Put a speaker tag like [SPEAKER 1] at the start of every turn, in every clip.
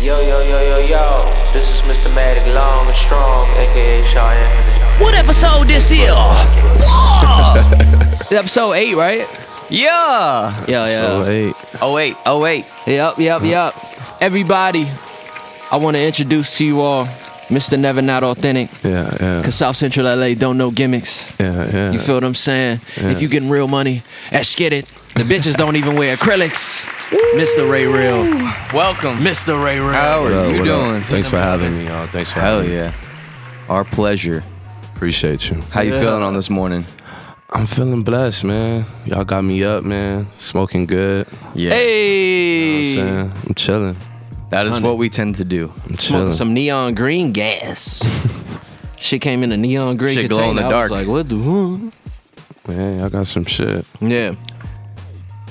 [SPEAKER 1] Yo, yo, yo, yo, yo. This is Mr. Matic Long and Strong, aka Shaw Infinite.
[SPEAKER 2] What episode this here? Whoa! episode eight, right?
[SPEAKER 3] Yeah.
[SPEAKER 2] Yeah, yeah.
[SPEAKER 4] Hey,
[SPEAKER 3] Oh wait. Oh wait.
[SPEAKER 2] Yep, yep, yep. Everybody, I want to introduce to you all Mr. Never Not Authentic,
[SPEAKER 4] yeah, yeah,
[SPEAKER 2] because South Central LA don't know gimmicks.
[SPEAKER 4] yeah, yeah.
[SPEAKER 2] You feel what I'm saying?
[SPEAKER 4] Yeah.
[SPEAKER 2] If you getting real money, let's get it. The bitches don't even wear acrylics. Mr. Ray Real.
[SPEAKER 3] Welcome.
[SPEAKER 2] Mr. Ray Real.
[SPEAKER 3] How
[SPEAKER 4] What
[SPEAKER 3] are
[SPEAKER 4] up,
[SPEAKER 3] you
[SPEAKER 4] what up?
[SPEAKER 3] doing?
[SPEAKER 4] Thanks for having me, y'all. Thanks for
[SPEAKER 3] Hell
[SPEAKER 4] having me.
[SPEAKER 3] yeah. Our pleasure.
[SPEAKER 4] Appreciate you.
[SPEAKER 3] How you feeling on this morning?
[SPEAKER 4] I'm feeling blessed, man. Y'all got me up, man. Smoking good.
[SPEAKER 3] Yeah.
[SPEAKER 2] Hey!
[SPEAKER 4] You know what I'm saying? I'm chilling.
[SPEAKER 3] That is what we tend to do.
[SPEAKER 4] I'm
[SPEAKER 2] smoking
[SPEAKER 4] chilling.
[SPEAKER 2] some neon green gas. Shit came in a neon green.
[SPEAKER 3] Shit glow in
[SPEAKER 2] container.
[SPEAKER 3] the
[SPEAKER 2] I was
[SPEAKER 3] dark.
[SPEAKER 2] like, what the?
[SPEAKER 4] man, y'all got some shit.
[SPEAKER 2] Yeah.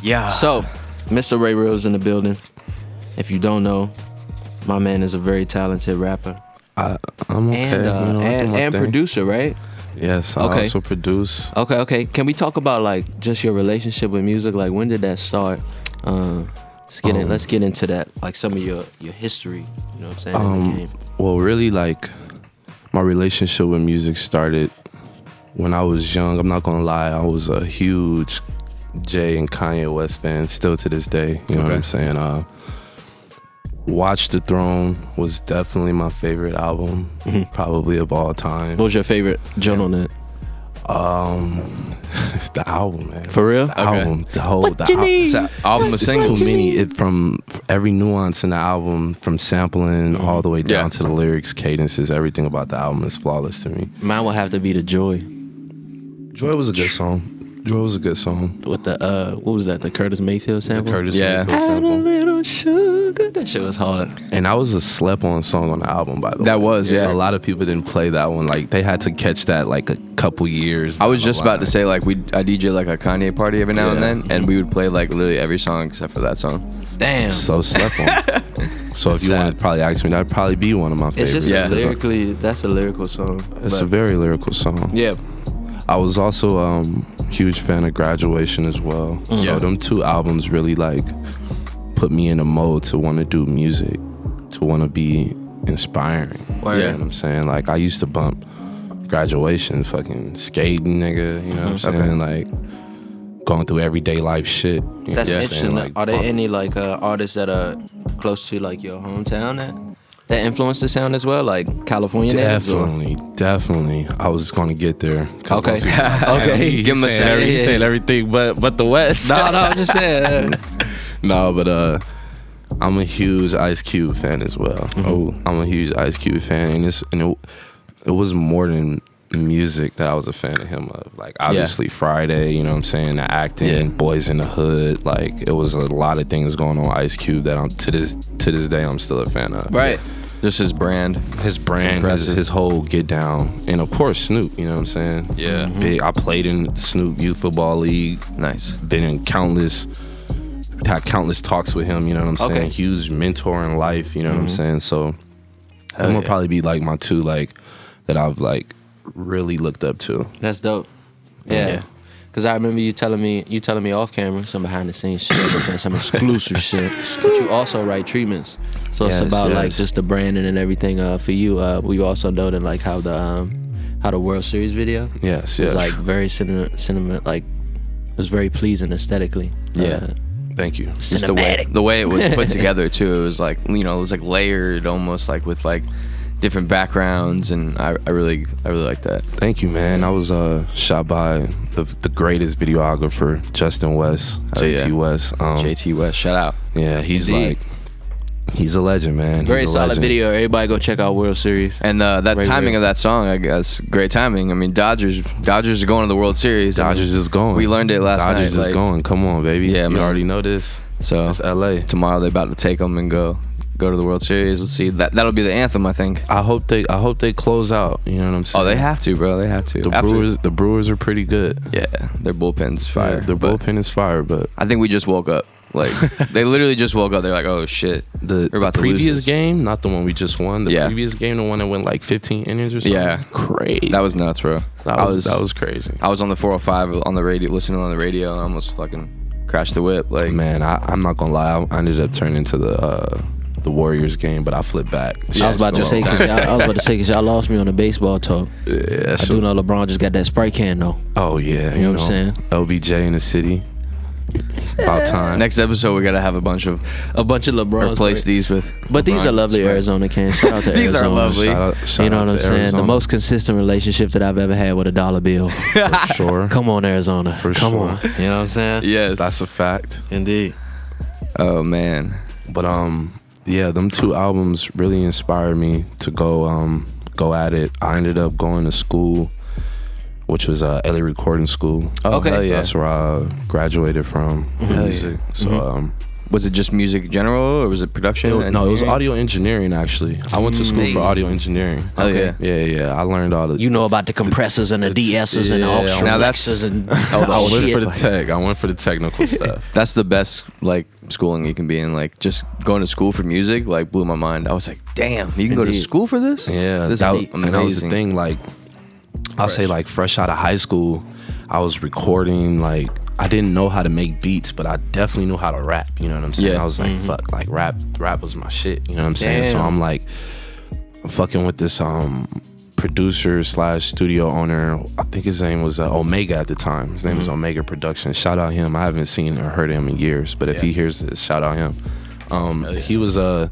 [SPEAKER 3] Yeah.
[SPEAKER 2] So, Mr. Ray Real's in the building. If you don't know, my man is a very talented rapper
[SPEAKER 4] I, I'm okay.
[SPEAKER 2] and uh,
[SPEAKER 4] you know, I do
[SPEAKER 2] and,
[SPEAKER 4] my
[SPEAKER 2] and
[SPEAKER 4] thing.
[SPEAKER 2] producer, right?
[SPEAKER 4] Yes, I
[SPEAKER 2] Okay.
[SPEAKER 4] also produce.
[SPEAKER 2] Okay, okay. Can we talk about like just your relationship with music? Like, when did that start? Um, let's get in,
[SPEAKER 4] Um,
[SPEAKER 2] let's get into that. Like some of your your history. You know what I'm saying? in the
[SPEAKER 4] Um,
[SPEAKER 2] game.
[SPEAKER 4] well, really, like my relationship with music started when I was young. I'm not gonna lie, I was a huge Jay and Kanye West fan, still to this day. You know what
[SPEAKER 3] Okay.
[SPEAKER 4] I'm saying? Uh, Watch the Throne was definitely my favorite album, probably of all time.
[SPEAKER 2] What was your favorite joint on that?
[SPEAKER 4] Um, it's the album, man.
[SPEAKER 2] For real?
[SPEAKER 4] The album, the whole the al-
[SPEAKER 3] It's an album of
[SPEAKER 4] it's too
[SPEAKER 3] singles.
[SPEAKER 4] many. It from f- every nuance in the album, from sampling all the way down
[SPEAKER 3] Yeah.
[SPEAKER 4] to the lyrics, cadences, everything about the album is flawless to me.
[SPEAKER 2] Mine will have to be the Joy
[SPEAKER 4] Joy was a good song. Joy was a good song.
[SPEAKER 2] with the uh, what was that? The Curtis Mayfield
[SPEAKER 4] The
[SPEAKER 2] sample.
[SPEAKER 4] Curtis
[SPEAKER 3] Yeah.
[SPEAKER 4] Mayfield
[SPEAKER 2] Add a
[SPEAKER 4] sample.
[SPEAKER 2] little sugar. That shit was hard.
[SPEAKER 4] And that was a slept on song on the album, by the way.
[SPEAKER 3] That was,
[SPEAKER 4] A
[SPEAKER 3] yeah.
[SPEAKER 4] lot of people didn't play that one. Like they had to catch that like a couple years.
[SPEAKER 3] I was
[SPEAKER 4] down the
[SPEAKER 3] just about to
[SPEAKER 4] line.
[SPEAKER 3] say like we I DJ like a Kanye party every now and
[SPEAKER 4] Yeah.
[SPEAKER 3] then, and we would play like literally every song except for that song.
[SPEAKER 2] Damn.
[SPEAKER 4] So slept on. so if
[SPEAKER 3] It's
[SPEAKER 4] you
[SPEAKER 3] sad.
[SPEAKER 4] want to probably ask me, that'd probably be one of my
[SPEAKER 2] it's
[SPEAKER 4] favorites.
[SPEAKER 2] just
[SPEAKER 3] Yeah.
[SPEAKER 2] lyrically, that's a lyrical song.
[SPEAKER 4] It's a
[SPEAKER 2] but-
[SPEAKER 4] very lyrical song.
[SPEAKER 2] yeah.
[SPEAKER 4] I was also um huge fan of Graduation as well.
[SPEAKER 2] Mm.
[SPEAKER 3] Yeah.
[SPEAKER 4] So them two albums really like put me in a mode to want to do music, to want to be inspiring. You know
[SPEAKER 3] Yeah.
[SPEAKER 4] what I'm saying? Like I used to bump Graduation, fucking skating, nigga. You know what I'm
[SPEAKER 2] Mm-hmm.
[SPEAKER 4] saying? Like going through everyday life shit. you know
[SPEAKER 2] That's
[SPEAKER 4] what I'm
[SPEAKER 2] interesting.
[SPEAKER 4] saying? Like,
[SPEAKER 2] are there
[SPEAKER 4] bump-
[SPEAKER 2] any like uh, artists that are close to like your hometown that that influence the sound as well, like California natives? or-
[SPEAKER 4] Definitely, definitely. I was gonna get there. 'Cause
[SPEAKER 2] Okay.
[SPEAKER 4] most people-
[SPEAKER 2] okay.
[SPEAKER 4] He's
[SPEAKER 3] Give him a
[SPEAKER 4] saying
[SPEAKER 3] second.
[SPEAKER 4] every- he's
[SPEAKER 2] Yeah.
[SPEAKER 4] saying everything, but but the West.
[SPEAKER 2] no, no, I'm just saying. uh,
[SPEAKER 4] No, but uh, I'm a huge Ice Cube fan as well.
[SPEAKER 3] Mm-hmm.
[SPEAKER 4] Oh, I'm a huge Ice Cube fan, and it's and it, it was more than music that I was a fan of him of. Like obviously Friday, you know what I'm saying, the acting,
[SPEAKER 3] Yeah.
[SPEAKER 4] Boys in the Hood, like it was a lot of things going on with Ice Cube that I'm to this to this day I'm still a fan of.
[SPEAKER 3] Right. Just his brand.
[SPEAKER 4] His brand, his,
[SPEAKER 3] impressive.
[SPEAKER 4] his whole get down, and of course Snoop. You know what I'm saying?
[SPEAKER 3] Yeah.
[SPEAKER 4] Big. I played in Snoop Youth Football League
[SPEAKER 3] Nice.
[SPEAKER 4] been in countless had countless talks with him, you know what I'm saying?
[SPEAKER 2] Okay.
[SPEAKER 4] Huge mentor in life, you know what I'm saying? So I'm gonna
[SPEAKER 3] Mm-hmm. yeah.
[SPEAKER 4] probably be like my two like that I've like really looked up to.
[SPEAKER 2] That's dope. Yeah.
[SPEAKER 4] Yeah.
[SPEAKER 2] Cause I remember you telling me you telling me off camera some behind the scenes shit, you know what I'm saying, some exclusive shit. But you also write treatments, so
[SPEAKER 4] Yes,
[SPEAKER 2] it's about like
[SPEAKER 4] yes.
[SPEAKER 2] just the branding and everything. Uh, for you, uh, we also know that like how the um, how the World Series video was
[SPEAKER 4] Yes, yes.
[SPEAKER 2] like very cinema, cinema like it was very pleasing aesthetically. Uh,
[SPEAKER 3] Yeah.
[SPEAKER 4] Thank you.
[SPEAKER 3] just the way the way it was put together too. It was like you know, it was like layered almost like with like different backgrounds, and I, I really I really like that.
[SPEAKER 4] Thank you, man. I was uh shot by the the greatest videographer, Justin West,
[SPEAKER 3] Oh, yeah.
[SPEAKER 4] JT West. Um
[SPEAKER 3] JT West, shout out.
[SPEAKER 4] yeah, he's
[SPEAKER 2] Indeed.
[SPEAKER 4] like he's a legend, man.
[SPEAKER 2] very
[SPEAKER 4] he's a
[SPEAKER 2] solid
[SPEAKER 4] legend.
[SPEAKER 2] video. Everybody go check out World Series.
[SPEAKER 3] And uh, that
[SPEAKER 2] Ray
[SPEAKER 3] timing
[SPEAKER 2] Ray.
[SPEAKER 3] of that song, I guess, great timing. I mean, Dodgers Dodgers are going to the World Series. I mean,
[SPEAKER 4] Dodgers is going.
[SPEAKER 3] We learned it last
[SPEAKER 4] Dodgers
[SPEAKER 3] night,
[SPEAKER 4] is
[SPEAKER 3] like-
[SPEAKER 4] going. Come on, baby.
[SPEAKER 3] Yeah,
[SPEAKER 4] you
[SPEAKER 3] man.
[SPEAKER 4] already know this.
[SPEAKER 3] So
[SPEAKER 4] It's LA.
[SPEAKER 3] tomorrow they're about to take them and go go to the World Series. We'll see. That that'll be the anthem, I think.
[SPEAKER 4] I hope they I hope they close out. You know what I'm saying?
[SPEAKER 3] Oh, they have to, bro. They have to.
[SPEAKER 4] the
[SPEAKER 3] After-
[SPEAKER 4] Brewers. The Brewers are pretty good.
[SPEAKER 3] Yeah, their bullpen's fire.
[SPEAKER 4] Yeah, their
[SPEAKER 3] but
[SPEAKER 4] bullpen is fire, but
[SPEAKER 3] I think we just woke up. Like they literally just woke up. They're like, oh shit.
[SPEAKER 4] the,
[SPEAKER 3] We're about
[SPEAKER 4] the
[SPEAKER 3] to lose
[SPEAKER 4] previous
[SPEAKER 3] this.
[SPEAKER 4] game, not the one we just won. The
[SPEAKER 3] Yeah.
[SPEAKER 4] previous game, the one that went like 15 innings or something.
[SPEAKER 3] Yeah.
[SPEAKER 4] crazy.
[SPEAKER 3] That was nuts, bro.
[SPEAKER 4] that
[SPEAKER 3] I
[SPEAKER 4] was, that was crazy.
[SPEAKER 3] I was on the 405 on the radio, listening on the radio, and I almost fucking crashed the whip. Like,
[SPEAKER 4] Man, I, I'm not gonna lie. I ended up turning to the uh, the Warriors game, but I flipped back.
[SPEAKER 2] I was about to say,
[SPEAKER 4] Yeah,
[SPEAKER 2] cause y'all, I was about to say, cause y'all lost me on the baseball talk.
[SPEAKER 4] that
[SPEAKER 2] I do
[SPEAKER 4] shit's-
[SPEAKER 2] know LeBron just got that spray can though.
[SPEAKER 4] Oh yeah,
[SPEAKER 2] You know what I'm saying?
[SPEAKER 4] LBJ in the city. About time.
[SPEAKER 3] Next episode, we gotta have a bunch of
[SPEAKER 2] A bunch of LeBron.
[SPEAKER 3] replace these with.
[SPEAKER 2] But these
[SPEAKER 3] LeBron
[SPEAKER 2] are lovely
[SPEAKER 3] spray.
[SPEAKER 2] Arizona cans. Shout out to
[SPEAKER 3] These are
[SPEAKER 2] Arizona.
[SPEAKER 3] lovely.
[SPEAKER 4] Shout out, shout
[SPEAKER 2] you know
[SPEAKER 4] out
[SPEAKER 2] what
[SPEAKER 4] to
[SPEAKER 2] I'm saying?
[SPEAKER 4] Arizona
[SPEAKER 2] The most consistent relationship that I've ever had with a dollar bill.
[SPEAKER 4] for sure.
[SPEAKER 2] Come on, Arizona.
[SPEAKER 4] For
[SPEAKER 2] Come
[SPEAKER 4] sure.
[SPEAKER 2] on. You know what I'm saying?
[SPEAKER 3] Yes.
[SPEAKER 4] That's a fact.
[SPEAKER 2] Indeed.
[SPEAKER 3] oh man.
[SPEAKER 4] But um, yeah, them two albums really inspired me to go um go at it. I ended up going to school, which was uh, LA Recording School.
[SPEAKER 3] Oh,
[SPEAKER 2] Okay.
[SPEAKER 3] hell yeah.
[SPEAKER 4] That's where I graduated from with
[SPEAKER 3] yeah.
[SPEAKER 4] music. So
[SPEAKER 2] Mm-hmm.
[SPEAKER 4] um,
[SPEAKER 3] Was it just music in general, or was it production?
[SPEAKER 4] it- no, it was
[SPEAKER 3] engineering?
[SPEAKER 4] audio engineering actually. I went to school for audio engineering.
[SPEAKER 3] Oh, yeah.
[SPEAKER 4] yeah, yeah. I learned all the
[SPEAKER 2] Mm. You know about the compressors and the DSs and the
[SPEAKER 4] yeah,
[SPEAKER 2] offshore
[SPEAKER 3] now that's-
[SPEAKER 2] Lexus and
[SPEAKER 4] I
[SPEAKER 2] all
[SPEAKER 4] went
[SPEAKER 2] shit.
[SPEAKER 4] for the tech. I went for the technical stuff.
[SPEAKER 3] That's the best like schooling you can be in. Like just going to school for music like blew my mind. I was like, damn, you can go to
[SPEAKER 2] Indeed.
[SPEAKER 3] school for this?
[SPEAKER 4] Yeah,
[SPEAKER 3] this
[SPEAKER 4] that
[SPEAKER 3] is
[SPEAKER 4] was, and that was the
[SPEAKER 3] amazing.
[SPEAKER 4] thing. Like, I'll say like fresh out of high school, I was recording. Like, I didn't know how to make beats, but I definitely knew how to rap. You know what I'm saying?
[SPEAKER 3] Yeah.
[SPEAKER 4] I
[SPEAKER 3] Mm-hmm.
[SPEAKER 4] was like, fuck, like rap, rap was my shit. You know what I'm saying? So
[SPEAKER 2] Damn.
[SPEAKER 4] I'm like, fucking with this um producer slash studio owner. I think his name was uh, Omega at the time. His name was
[SPEAKER 3] Mm-hmm.
[SPEAKER 4] Omega Productions. Shout out him. I haven't seen or heard him in years, but if he hears this, shout out him. Um, he was uh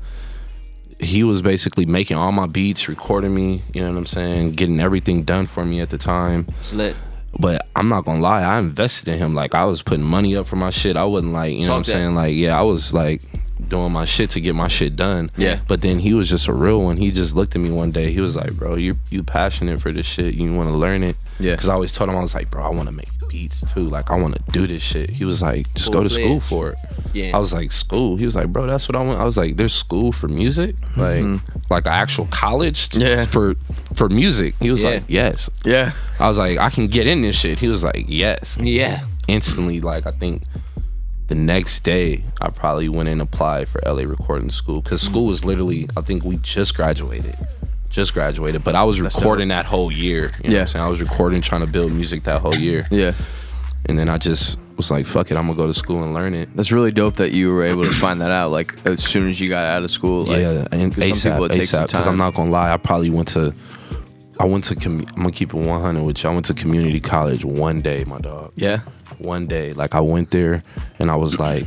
[SPEAKER 4] he was basically making all my beats, recording me. You know what I'm saying? Getting everything done for me at the time.
[SPEAKER 2] It's lit.
[SPEAKER 4] But I'm not gonna lie, I invested in him. Like I was putting money up for my shit. I wasn't like, you know
[SPEAKER 2] Talk
[SPEAKER 4] what I'm
[SPEAKER 2] that.
[SPEAKER 4] saying? Like, yeah, I was like doing my shit to get my shit done.
[SPEAKER 3] Yeah.
[SPEAKER 4] But then he was just a real one. He just looked at me one day. He was like, Bro, you you passionate for this shit. You wanna learn it.
[SPEAKER 3] Yeah.
[SPEAKER 4] Cause I always told him I was like, Bro, I wanna make beats too. Like I wanna do this shit. He was like, just go to school
[SPEAKER 2] Full-fledged.
[SPEAKER 4] for it.
[SPEAKER 2] Yeah.
[SPEAKER 4] I was like, school. He was like, bro, that's what I want. I was like, there's school for music, like,
[SPEAKER 2] Mm-hmm.
[SPEAKER 4] like an actual college,
[SPEAKER 3] Yeah.
[SPEAKER 4] for for music. He was
[SPEAKER 2] Yeah.
[SPEAKER 4] like, yes.
[SPEAKER 3] Yeah.
[SPEAKER 4] I was like, I can get in this shit. He was like, yes.
[SPEAKER 2] Yeah.
[SPEAKER 4] Instantly, like, I think the next day, I probably went and applied for LA Recording School because school was literally, I think we just graduated. Just graduated, but I was recording that whole year. You know what
[SPEAKER 3] Yeah.
[SPEAKER 4] I'm saying? I was recording, trying to build music that whole year.
[SPEAKER 3] Yeah.
[SPEAKER 4] And then I just was like, fuck it, I'm gonna go to school and learn it.
[SPEAKER 3] That's really dope that you were able to find that out like as soon as you got out of school. Like,
[SPEAKER 4] yeah, and
[SPEAKER 3] 'cause
[SPEAKER 4] ASAP,
[SPEAKER 3] some people it takes some
[SPEAKER 4] ASAP. Because I'm
[SPEAKER 3] time.
[SPEAKER 4] not gonna lie, I probably went to, I went to, commu- I'm gonna keep it 100 with you. I went to community college one day, my dog.
[SPEAKER 3] Yeah.
[SPEAKER 4] One day, like I went there and I was like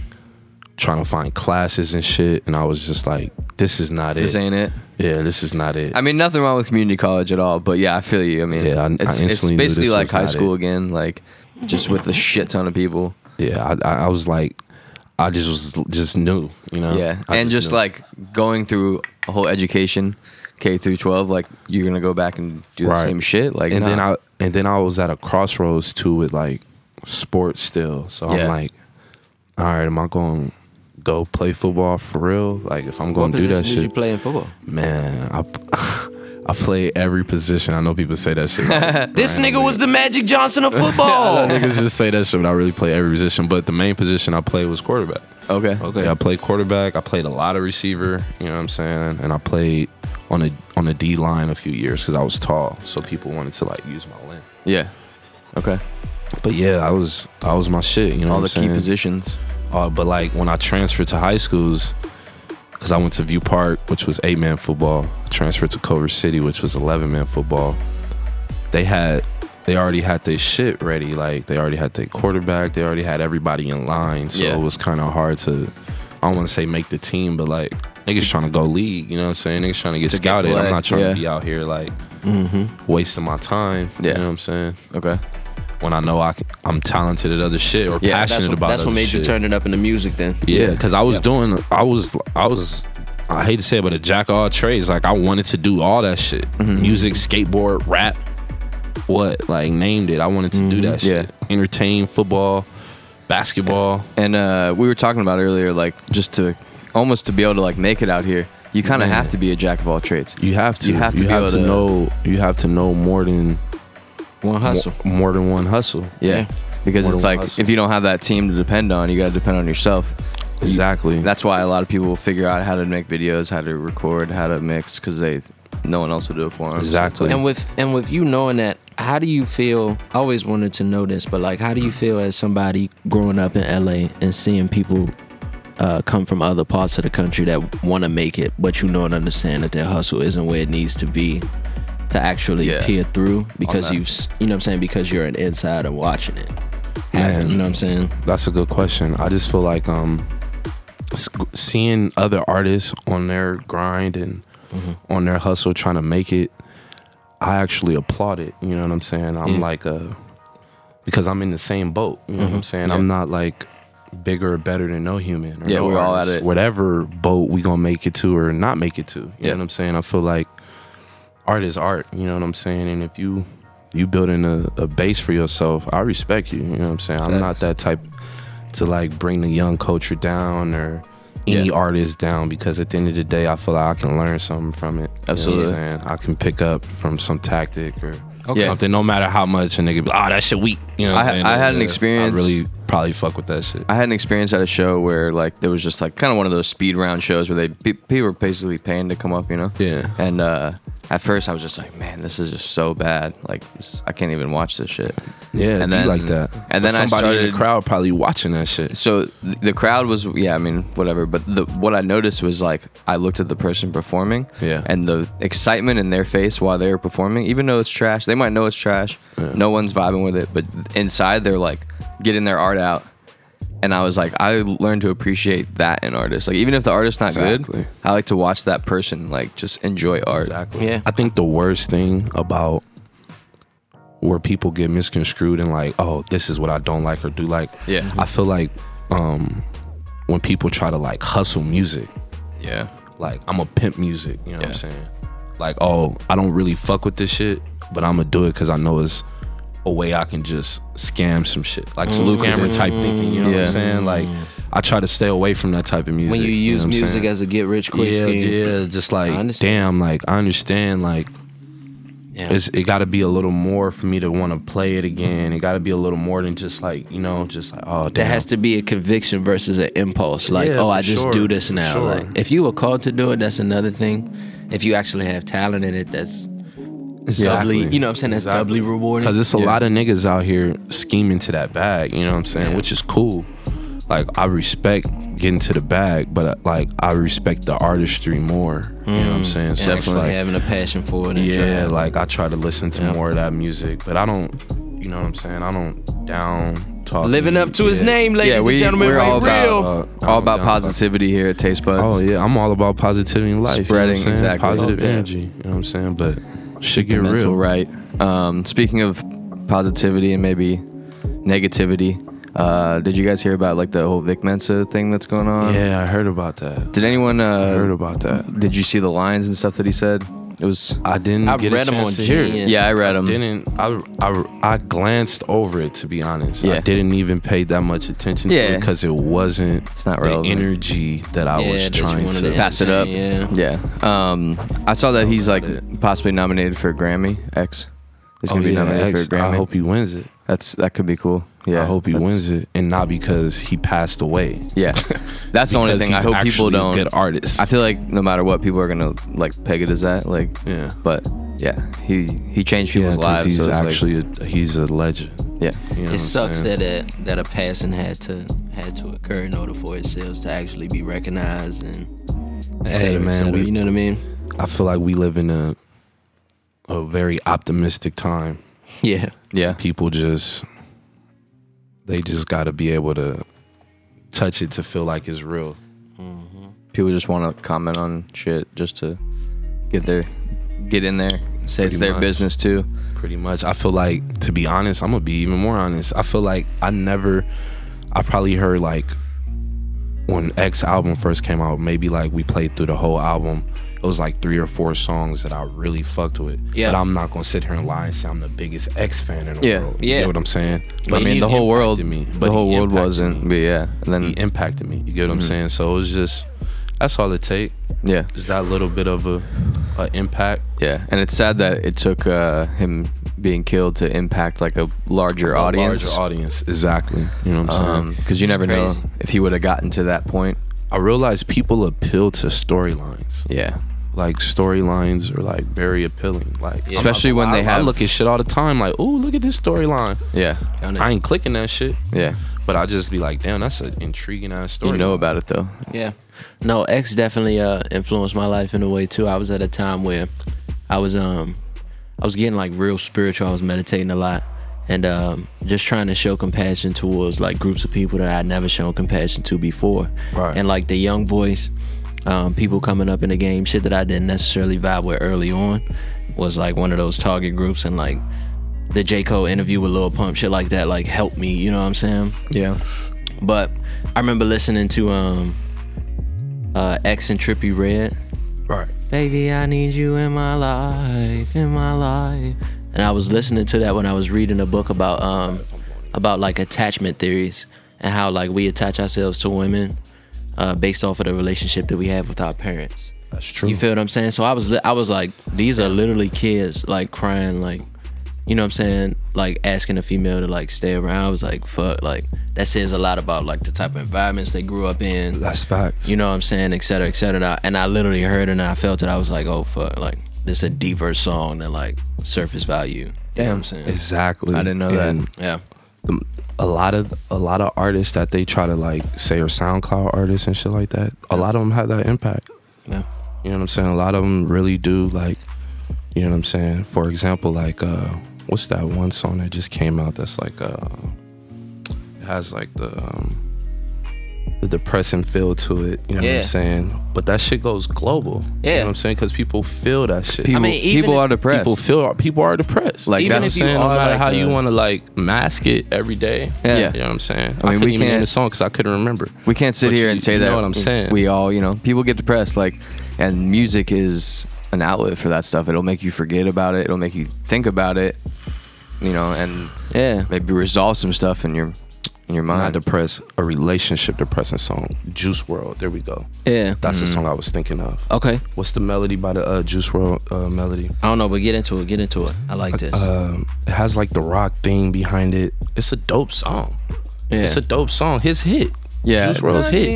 [SPEAKER 4] trying to find classes and shit, and I was just like, this is not it.
[SPEAKER 3] This ain't it.
[SPEAKER 4] yeah, this is not it.
[SPEAKER 3] I mean, nothing wrong with community college at all, but yeah, I feel you. I mean,
[SPEAKER 4] Yeah, I- I
[SPEAKER 3] it's, it's
[SPEAKER 4] instantly knew
[SPEAKER 3] basically
[SPEAKER 4] this
[SPEAKER 3] like
[SPEAKER 4] was
[SPEAKER 3] high
[SPEAKER 4] not
[SPEAKER 3] school
[SPEAKER 4] it.
[SPEAKER 3] again, like just with a shit ton of people.
[SPEAKER 4] yeah, I, I, I was like, I just was just new, you know.
[SPEAKER 3] Yeah,
[SPEAKER 4] I
[SPEAKER 3] and just,
[SPEAKER 4] knew.
[SPEAKER 3] like going through a whole education, K through twelve, like you're gonna go back and do the
[SPEAKER 4] Right.
[SPEAKER 3] same shit. Like,
[SPEAKER 4] and
[SPEAKER 3] nah.
[SPEAKER 4] then I and then I was at a crossroads too with like sports still. So
[SPEAKER 3] Yeah.
[SPEAKER 4] I'm like, all right, am I going to go play football for real? Like if I'm going to do that
[SPEAKER 2] Did you
[SPEAKER 4] shit,
[SPEAKER 2] play in football?
[SPEAKER 4] man, I I play every position. I know people say that shit. Like,
[SPEAKER 2] This nigga was the Magic Johnson of football.
[SPEAKER 4] niggas just say that shit, but I really play every position. But the main position I played was quarterback.
[SPEAKER 3] okay,
[SPEAKER 4] Okay. I played quarterback. I played a lot of receiver. You know what I'm saying? And I played on a on a D line a few years because I was tall, so people wanted to like use my length.
[SPEAKER 3] yeah, okay,
[SPEAKER 4] But yeah, I was I was my shit. You know
[SPEAKER 3] all the
[SPEAKER 4] what I'm
[SPEAKER 3] key
[SPEAKER 4] saying?
[SPEAKER 3] positions.
[SPEAKER 4] Uh, but like when I transferred to high schools, because I went to View Park, which was eight man football, transferred to Culver City, which was eleven man football. They had they already had their shit ready. Like they already had their quarterback. They already had everybody in line. So
[SPEAKER 3] Yeah.
[SPEAKER 4] it was kind of hard to. I don't want to say make the team, but like niggas trying to go league. You know what I'm saying? Niggas trying to get
[SPEAKER 3] To get
[SPEAKER 4] scouted. I'm
[SPEAKER 3] black,
[SPEAKER 4] not trying
[SPEAKER 3] yeah.
[SPEAKER 4] to be out here like
[SPEAKER 2] Mm-hmm.
[SPEAKER 4] wasting my time.
[SPEAKER 3] Yeah.
[SPEAKER 4] You know what I'm saying?
[SPEAKER 3] Okay,
[SPEAKER 4] When I know I can, I'm talented at other shit or
[SPEAKER 3] Yeah,
[SPEAKER 4] passionate
[SPEAKER 2] that's what,
[SPEAKER 4] about
[SPEAKER 2] that's what
[SPEAKER 4] other
[SPEAKER 2] made you
[SPEAKER 4] shit.
[SPEAKER 2] turn it up into music then.
[SPEAKER 4] Yeah, because I was doing, I was, I was, I hate to say it, but a jack of all trades. Like I wanted to do all that shit, music, skateboard, rap, what, like named it. I wanted to do that
[SPEAKER 3] yeah.
[SPEAKER 4] shit. Entertain, football, basketball.
[SPEAKER 3] and uh, we were talking about earlier, like just to almost to be able to like make it out here, you kind of have to be a jack of all trades.
[SPEAKER 4] You have to,
[SPEAKER 3] You have to be able to-
[SPEAKER 4] know, you have to know more than
[SPEAKER 2] One hustle.
[SPEAKER 4] mo- more than one hustle.
[SPEAKER 3] Yeah,
[SPEAKER 2] Yeah.
[SPEAKER 3] because
[SPEAKER 4] More
[SPEAKER 3] it's
[SPEAKER 4] than
[SPEAKER 3] like
[SPEAKER 4] one hustle.
[SPEAKER 3] if you don't have that team to depend on, you gotta depend on yourself.
[SPEAKER 4] Exactly.
[SPEAKER 3] That's why a lot of people figure out how to make videos, how to record, how to mix, because they no one else will do it for them.
[SPEAKER 4] Exactly.
[SPEAKER 2] And with and with you knowing that, how do you feel? I always wanted to know this, but like, how do you feel as somebody growing up in LA and seeing people uh, come from other parts of the country that want to make it, but you know and understand that their hustle isn't where it needs to be to actually
[SPEAKER 3] Yeah.
[SPEAKER 2] peer through because
[SPEAKER 3] that.
[SPEAKER 2] you've s- you know what I'm saying because you're an insider watching it.
[SPEAKER 4] Man.
[SPEAKER 2] You know what I'm saying?
[SPEAKER 4] That's a good question. I just feel like um, s- seeing other artists on their grind and
[SPEAKER 3] Mm-hmm.
[SPEAKER 4] on their hustle trying to make it, I actually applaud it. You know what I'm saying? I'm
[SPEAKER 2] Yeah.
[SPEAKER 4] like a because I'm in the same boat. You know what I'm saying?
[SPEAKER 3] Mm-hmm. Yeah.
[SPEAKER 4] I'm not like bigger or better than no human. Or
[SPEAKER 3] Yeah,
[SPEAKER 4] no
[SPEAKER 3] we're all at
[SPEAKER 4] artist.
[SPEAKER 3] it.
[SPEAKER 4] Whatever boat we gonna make it to or not make it to. You
[SPEAKER 3] Yeah.
[SPEAKER 4] know what I'm saying? I feel like art is art. You know what I'm saying? And if you you building a, a base for yourself, I respect you. You know what I'm saying? I'm not
[SPEAKER 3] Facts.
[SPEAKER 4] that type to like bring the young culture down or any
[SPEAKER 3] Yeah.
[SPEAKER 4] artist down because at the end of the day, I feel like I can learn something from it.
[SPEAKER 3] Absolutely.
[SPEAKER 4] You know what I'm saying? I can pick up from some tactic or
[SPEAKER 3] Okay.
[SPEAKER 4] something, no matter how much a nigga be like, oh, that shit weak. You know what
[SPEAKER 3] I
[SPEAKER 4] I'm
[SPEAKER 3] ha-
[SPEAKER 4] saying?
[SPEAKER 3] I had an
[SPEAKER 4] Yeah.
[SPEAKER 3] experience-
[SPEAKER 4] I really probably fuck with that shit.
[SPEAKER 3] I had an experience at a show where like there was just like kind of one of those speed round shows where they pe- people were basically paying to come up, you know.
[SPEAKER 4] Yeah.
[SPEAKER 3] And uh, at first I was just like, man, this is just so bad. Like this, I can't even watch this shit.
[SPEAKER 4] yeah,
[SPEAKER 3] and
[SPEAKER 4] and then,
[SPEAKER 3] then-
[SPEAKER 4] like that.
[SPEAKER 3] and
[SPEAKER 4] But
[SPEAKER 3] then I
[SPEAKER 4] somebody in
[SPEAKER 3] started-
[SPEAKER 4] the crowd probably watching that shit.
[SPEAKER 3] So th- the crowd was yeah, I mean whatever. But the what I noticed was like I looked at the person performing,
[SPEAKER 4] Yeah.
[SPEAKER 3] and the excitement in their face while they were performing, even though it's trash, they might know it's trash. No one's vibing with it, but inside they're like getting their art out. And I was like, I learned to appreciate that in artists. Like even if the artist's not
[SPEAKER 4] Exactly.
[SPEAKER 3] good, I like to watch that person like just enjoy art.
[SPEAKER 2] Yeah.
[SPEAKER 4] I think the worst thing about where people get misconstrued and like, oh, this is what I don't like or do like.
[SPEAKER 3] Yeah.
[SPEAKER 4] I feel like um when people try to like hustle music,
[SPEAKER 3] Yeah.
[SPEAKER 4] like I'm a pimp music, you know what I'm
[SPEAKER 3] Yeah.
[SPEAKER 4] saying? Like, oh, I don't really fuck with this shit, but I'm gonna do it because I know it's a way I can just scam some shit, like some
[SPEAKER 2] Mm-hmm.
[SPEAKER 3] Lucrative.
[SPEAKER 4] scammer type thinking. You know what
[SPEAKER 3] Yeah.
[SPEAKER 4] I'm saying? Like, I try to stay away from that type of music.
[SPEAKER 2] When you
[SPEAKER 4] know
[SPEAKER 2] use
[SPEAKER 4] what I'm saying?
[SPEAKER 2] music as a get rich quick
[SPEAKER 4] yeah,
[SPEAKER 2] scheme,
[SPEAKER 4] yeah, just
[SPEAKER 2] I
[SPEAKER 4] like
[SPEAKER 2] understand.
[SPEAKER 4] damn, like I understand, like it's it got to be a little more for me to want to play it again. It got to be a little more than just like you know, just like oh,
[SPEAKER 2] There
[SPEAKER 4] damn.
[SPEAKER 2] has to be a conviction versus an impulse. Like,
[SPEAKER 4] Yeah,
[SPEAKER 2] oh, I
[SPEAKER 4] for
[SPEAKER 2] just
[SPEAKER 4] sure,
[SPEAKER 2] do this
[SPEAKER 4] for
[SPEAKER 2] now.
[SPEAKER 4] sure.
[SPEAKER 2] Like, if you were called to do it, that's another thing. If you actually have talent in it, that's doubly, you know what I'm saying? That's doubly rewarding.
[SPEAKER 4] Because it's a lot of niggas out here scheming to that bag, you know what I'm saying?
[SPEAKER 2] Yeah.
[SPEAKER 4] Which is cool. Like, I respect getting to the bag, but uh, like, I respect the artistry more, you know what I'm saying?
[SPEAKER 2] and
[SPEAKER 4] So it's
[SPEAKER 2] actually
[SPEAKER 4] like,
[SPEAKER 2] having a passion for it. And
[SPEAKER 4] yeah,
[SPEAKER 2] drive.
[SPEAKER 4] like, I try to listen to more of that music, but I don't, you know what I'm saying? I don't down talk.
[SPEAKER 2] living up to his name, ladies
[SPEAKER 3] yeah, we,
[SPEAKER 2] and gentlemen.
[SPEAKER 3] we're
[SPEAKER 2] right
[SPEAKER 3] all
[SPEAKER 2] real.
[SPEAKER 3] about
[SPEAKER 4] Uh,
[SPEAKER 3] all about
[SPEAKER 4] I'm down.
[SPEAKER 3] positivity here at Taste Buds.
[SPEAKER 4] Oh, yeah, I'm all about positivity in life. you know what I'm
[SPEAKER 3] Spreading,
[SPEAKER 4] saying?
[SPEAKER 3] exactly.
[SPEAKER 4] Positive
[SPEAKER 3] Yeah.
[SPEAKER 4] energy, you know what I'm saying? But shit get real.
[SPEAKER 3] mental right. Um, speaking of positivity and maybe negativity, uh, did you guys hear about like the whole Vic Mensa thing that's going on?
[SPEAKER 4] Yeah, I heard about that.
[SPEAKER 3] Did anyone?
[SPEAKER 4] I heard
[SPEAKER 3] Uh,
[SPEAKER 4] about that.
[SPEAKER 3] did you see the lines and stuff that he said? It was.
[SPEAKER 4] I didn't.
[SPEAKER 2] I
[SPEAKER 4] get a
[SPEAKER 2] read 'em
[SPEAKER 4] chance
[SPEAKER 2] on
[SPEAKER 4] to hear it.
[SPEAKER 2] GN.
[SPEAKER 3] Yeah, I read them.
[SPEAKER 4] didn't I, I I glanced over it to be honest.
[SPEAKER 3] Yeah.
[SPEAKER 4] I didn't even pay that much attention to
[SPEAKER 3] Yeah.
[SPEAKER 4] it because it wasn't
[SPEAKER 3] It's not
[SPEAKER 4] the
[SPEAKER 3] relevant.
[SPEAKER 4] energy that I
[SPEAKER 2] Yeah,
[SPEAKER 4] was
[SPEAKER 2] that you
[SPEAKER 4] trying
[SPEAKER 2] wanted
[SPEAKER 4] to
[SPEAKER 2] to
[SPEAKER 3] Pass it up.
[SPEAKER 2] Yeah.
[SPEAKER 3] Yeah. Um, I saw that he's like possibly nominated for a Grammy. X is
[SPEAKER 4] Oh,
[SPEAKER 3] gonna be
[SPEAKER 4] yeah,
[SPEAKER 3] nominated
[SPEAKER 4] X,
[SPEAKER 3] for a Grammy.
[SPEAKER 4] I hope he wins it.
[SPEAKER 3] that's that could be cool. Yeah.
[SPEAKER 4] I hope he
[SPEAKER 3] that's-
[SPEAKER 4] wins it and not because he passed away.
[SPEAKER 3] Yeah. That's the only
[SPEAKER 4] Because
[SPEAKER 3] thing I
[SPEAKER 4] he's
[SPEAKER 3] hope people
[SPEAKER 4] actually
[SPEAKER 3] don't.
[SPEAKER 4] a good artist.
[SPEAKER 3] I feel like no matter what, people are gonna like peg it as that. Like,
[SPEAKER 4] Yeah.
[SPEAKER 3] But yeah, he he changed
[SPEAKER 4] yeah,
[SPEAKER 3] people's
[SPEAKER 4] 'cause
[SPEAKER 3] lives.
[SPEAKER 4] he's
[SPEAKER 3] so it's like-
[SPEAKER 4] actually a, he's a legend.
[SPEAKER 3] yeah,
[SPEAKER 4] You know
[SPEAKER 2] it
[SPEAKER 4] what I'm
[SPEAKER 2] sucks
[SPEAKER 4] saying?
[SPEAKER 2] that a that a passing had to had to occur in order for his sales to actually be recognized and. et
[SPEAKER 4] Hey,
[SPEAKER 2] cetera, et
[SPEAKER 4] man,
[SPEAKER 2] cetera,
[SPEAKER 4] we-
[SPEAKER 2] you know what I mean?
[SPEAKER 4] I feel like we live in a a very optimistic time.
[SPEAKER 2] Yeah,
[SPEAKER 3] yeah,
[SPEAKER 4] people just they just got to be able to touch it to feel like it's real.
[SPEAKER 3] people just want to comment on shit just to get their get in there, say it's
[SPEAKER 4] Pretty
[SPEAKER 3] their
[SPEAKER 4] much.
[SPEAKER 3] business too.
[SPEAKER 4] Pretty much, I feel like to be honest, I'm gonna be even more honest. I feel like I never, I probably heard like when X album first came out, maybe like we played through the whole album. It was like three or four songs that I really fucked with.
[SPEAKER 2] Yeah.
[SPEAKER 4] But I'm not gonna sit here and lie and say I'm the biggest X fan in the
[SPEAKER 3] Yeah,
[SPEAKER 4] world.
[SPEAKER 2] yeah.
[SPEAKER 4] You know what I'm saying?
[SPEAKER 3] I
[SPEAKER 4] But
[SPEAKER 3] mean,
[SPEAKER 4] he
[SPEAKER 3] the whole world,
[SPEAKER 4] impacted me.
[SPEAKER 3] the
[SPEAKER 4] But
[SPEAKER 3] whole
[SPEAKER 4] he
[SPEAKER 3] world
[SPEAKER 4] impacted
[SPEAKER 3] wasn't, Mm-hmm.
[SPEAKER 4] me.
[SPEAKER 3] but yeah, and then
[SPEAKER 4] He impacted me. You get what I'm saying? So it was just that's all it take.
[SPEAKER 3] yeah,
[SPEAKER 4] Is that little bit of a, a impact?
[SPEAKER 3] yeah, and it's sad that it took uh, him being killed to impact like a larger audience. Um,
[SPEAKER 4] larger audience, exactly. You know what I'm saying?
[SPEAKER 3] because you never know
[SPEAKER 2] crazy.
[SPEAKER 3] if he would have gotten to that point.
[SPEAKER 4] I realize people appeal to storylines.
[SPEAKER 3] Yeah,
[SPEAKER 4] Like storylines are like very appealing. Like I'm not
[SPEAKER 3] Especially
[SPEAKER 4] gonna
[SPEAKER 3] when
[SPEAKER 4] lie,
[SPEAKER 3] they
[SPEAKER 4] I
[SPEAKER 3] have-
[SPEAKER 4] look at shit all the time. Like, oh, look at this storyline.
[SPEAKER 3] yeah,
[SPEAKER 2] On it.
[SPEAKER 4] I ain't clicking that shit,
[SPEAKER 3] yeah,
[SPEAKER 4] but but I just be like, damn, that's an intriguing ass story.
[SPEAKER 3] You know about it though.
[SPEAKER 2] Yeah. No, X definitely uh influenced my life in a way too. I was at a time where I was um I was getting like real spiritual. I was meditating a lot and um just trying to show compassion towards like groups of people that I'd never shown compassion to before.
[SPEAKER 4] Right.
[SPEAKER 2] And like the young voice, um, people coming up in the game, shit that I didn't necessarily vibe with early on was like one of those target groups and like the J. Cole interview with Lil Pump, shit like that, like helped me, you know what I'm saying?
[SPEAKER 3] Yeah.
[SPEAKER 2] But I remember listening to um uh X and Trippy Red.
[SPEAKER 4] Right.
[SPEAKER 2] Baby, I need you in my life, in my life. And I was listening to that when I was reading a book about um about like attachment theories and how like we attach ourselves to women uh based off of the relationship that we have with our parents.
[SPEAKER 4] That's true.
[SPEAKER 2] You feel what I'm saying? So I was li- I was like, these are literally kids like crying, like, you know what I'm saying? Like asking a female to like stay around. I was like, fuck, like that says a lot about like the type of environments they grew up in.
[SPEAKER 4] that's facts.
[SPEAKER 2] You know what I'm saying, et cetera, et cetera. And I, and I literally heard it and I felt it. I was like, oh fuck, like this is a deeper song than like surface value. You know what I'm saying?
[SPEAKER 4] exactly.
[SPEAKER 3] I didn't know that.
[SPEAKER 4] And
[SPEAKER 2] yeah.
[SPEAKER 4] the- a lot of a lot of artists that they try to like say are SoundCloud artists and shit like that. A lot of them had that impact.
[SPEAKER 2] Yeah.
[SPEAKER 4] You know what I'm saying? A lot of them really do like, you know what I'm saying? For example, like, uh, what's that one song that just came out that's like, uh, it has like the, um, the depressing feel to it. You know what
[SPEAKER 2] Yeah.
[SPEAKER 4] I'm saying? But that shit goes global. You
[SPEAKER 2] Yeah.
[SPEAKER 4] know what I'm saying? Because people feel that shit.
[SPEAKER 3] People,
[SPEAKER 2] I mean, even
[SPEAKER 3] people
[SPEAKER 2] if-
[SPEAKER 3] are depressed.
[SPEAKER 4] People feel people are depressed.
[SPEAKER 3] Like,
[SPEAKER 4] you know what
[SPEAKER 3] that's-
[SPEAKER 4] I'm saying?
[SPEAKER 3] even if you
[SPEAKER 4] No
[SPEAKER 3] are,
[SPEAKER 4] matter
[SPEAKER 3] like,
[SPEAKER 4] how you
[SPEAKER 2] uh,
[SPEAKER 3] the-
[SPEAKER 4] want to like mask it every day.
[SPEAKER 3] Yeah.
[SPEAKER 4] You know what I'm saying? I,
[SPEAKER 3] I mean, we
[SPEAKER 4] couldn't even name
[SPEAKER 3] can't-
[SPEAKER 4] the song because I couldn't remember.
[SPEAKER 3] we can't sit
[SPEAKER 4] But
[SPEAKER 3] here
[SPEAKER 4] you-
[SPEAKER 3] and say
[SPEAKER 4] you
[SPEAKER 3] that.
[SPEAKER 4] know what I'm saying.
[SPEAKER 3] We all, you know, people get depressed. Like, and music is an outlet for that stuff. It'll make you forget about it. It'll make you think about it. You know, and
[SPEAKER 2] Yeah.
[SPEAKER 3] maybe resolve some stuff in your in your
[SPEAKER 4] Not
[SPEAKER 3] mind.
[SPEAKER 4] depressed, a relationship depressing song. Juice World. There we go.
[SPEAKER 2] Yeah. Mm-hmm.
[SPEAKER 4] That's the song I was thinking of.
[SPEAKER 2] Okay.
[SPEAKER 4] What's the melody by the uh, Juice World uh, melody?
[SPEAKER 2] I don't know, but get into it. Get into it. I like this.
[SPEAKER 4] Um, it has like the rock thing behind it. It's a dope song. It's a dope song. His hit.
[SPEAKER 3] yeah,
[SPEAKER 4] Juice World's hit.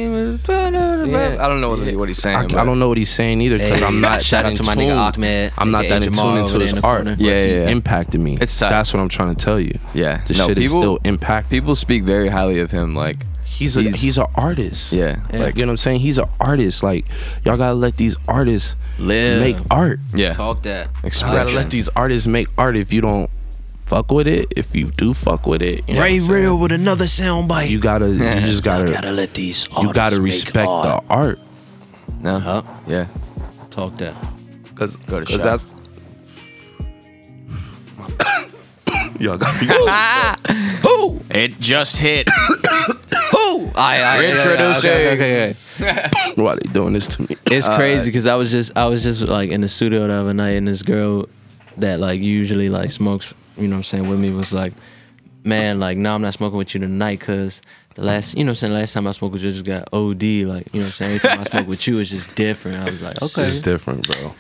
[SPEAKER 3] Yeah. I don't know what, what he's saying.
[SPEAKER 4] I,
[SPEAKER 3] but-
[SPEAKER 4] I don't know what he's saying either because
[SPEAKER 2] Hey,
[SPEAKER 4] I'm not
[SPEAKER 2] shout out
[SPEAKER 4] that in
[SPEAKER 2] to my
[SPEAKER 4] tune.
[SPEAKER 2] nigga Ahmed,
[SPEAKER 4] I'm not
[SPEAKER 2] aka
[SPEAKER 4] that in
[SPEAKER 2] Jamal
[SPEAKER 4] tune
[SPEAKER 2] over
[SPEAKER 4] into
[SPEAKER 2] there
[SPEAKER 4] his
[SPEAKER 2] in the
[SPEAKER 4] art.
[SPEAKER 2] corner.
[SPEAKER 4] but
[SPEAKER 3] Yeah,
[SPEAKER 4] he
[SPEAKER 3] yeah, yeah.
[SPEAKER 4] impacted me.
[SPEAKER 3] It's tight.
[SPEAKER 4] That's what I'm trying to tell you.
[SPEAKER 3] Yeah.
[SPEAKER 4] this
[SPEAKER 3] No,
[SPEAKER 4] shit
[SPEAKER 3] people-
[SPEAKER 4] is still impacting.
[SPEAKER 3] People speak very highly of him. Like,
[SPEAKER 4] he's a he's,
[SPEAKER 3] he's-
[SPEAKER 4] an artist.
[SPEAKER 3] yeah,
[SPEAKER 4] Like
[SPEAKER 3] like
[SPEAKER 4] you know what I'm saying? He's an artist. Like y'all gotta let these artists
[SPEAKER 2] Live.
[SPEAKER 4] make art.
[SPEAKER 3] yeah.
[SPEAKER 2] Talk that.
[SPEAKER 4] You gotta let these artists make art if you don't fuck with it. If you do fuck with it, you know
[SPEAKER 2] Ray
[SPEAKER 4] what I'm saying?
[SPEAKER 2] Real with another soundbite.
[SPEAKER 4] You gotta, you just gotta,
[SPEAKER 2] gotta let these.
[SPEAKER 4] you gotta respect the art.
[SPEAKER 3] No.
[SPEAKER 2] Huh?
[SPEAKER 3] Yeah.
[SPEAKER 2] the talk that.
[SPEAKER 4] Cause,
[SPEAKER 3] Go to
[SPEAKER 4] 'cause
[SPEAKER 3] shop.
[SPEAKER 4] that's. Y'all got me.
[SPEAKER 3] It just hit.
[SPEAKER 2] I, I,
[SPEAKER 3] Introducing.
[SPEAKER 4] Why they doing this to me?
[SPEAKER 2] It's crazy because I was just I was just like in the studio the other night and this girl that like usually like smokes you know what I'm saying with me was like man like no I'm not smoking with you tonight because the last you know what I'm saying last time I smoked with you I just got OD like you know what I'm saying every time I smoke with you it's just different I was like okay
[SPEAKER 4] It's different, bro.
[SPEAKER 2] all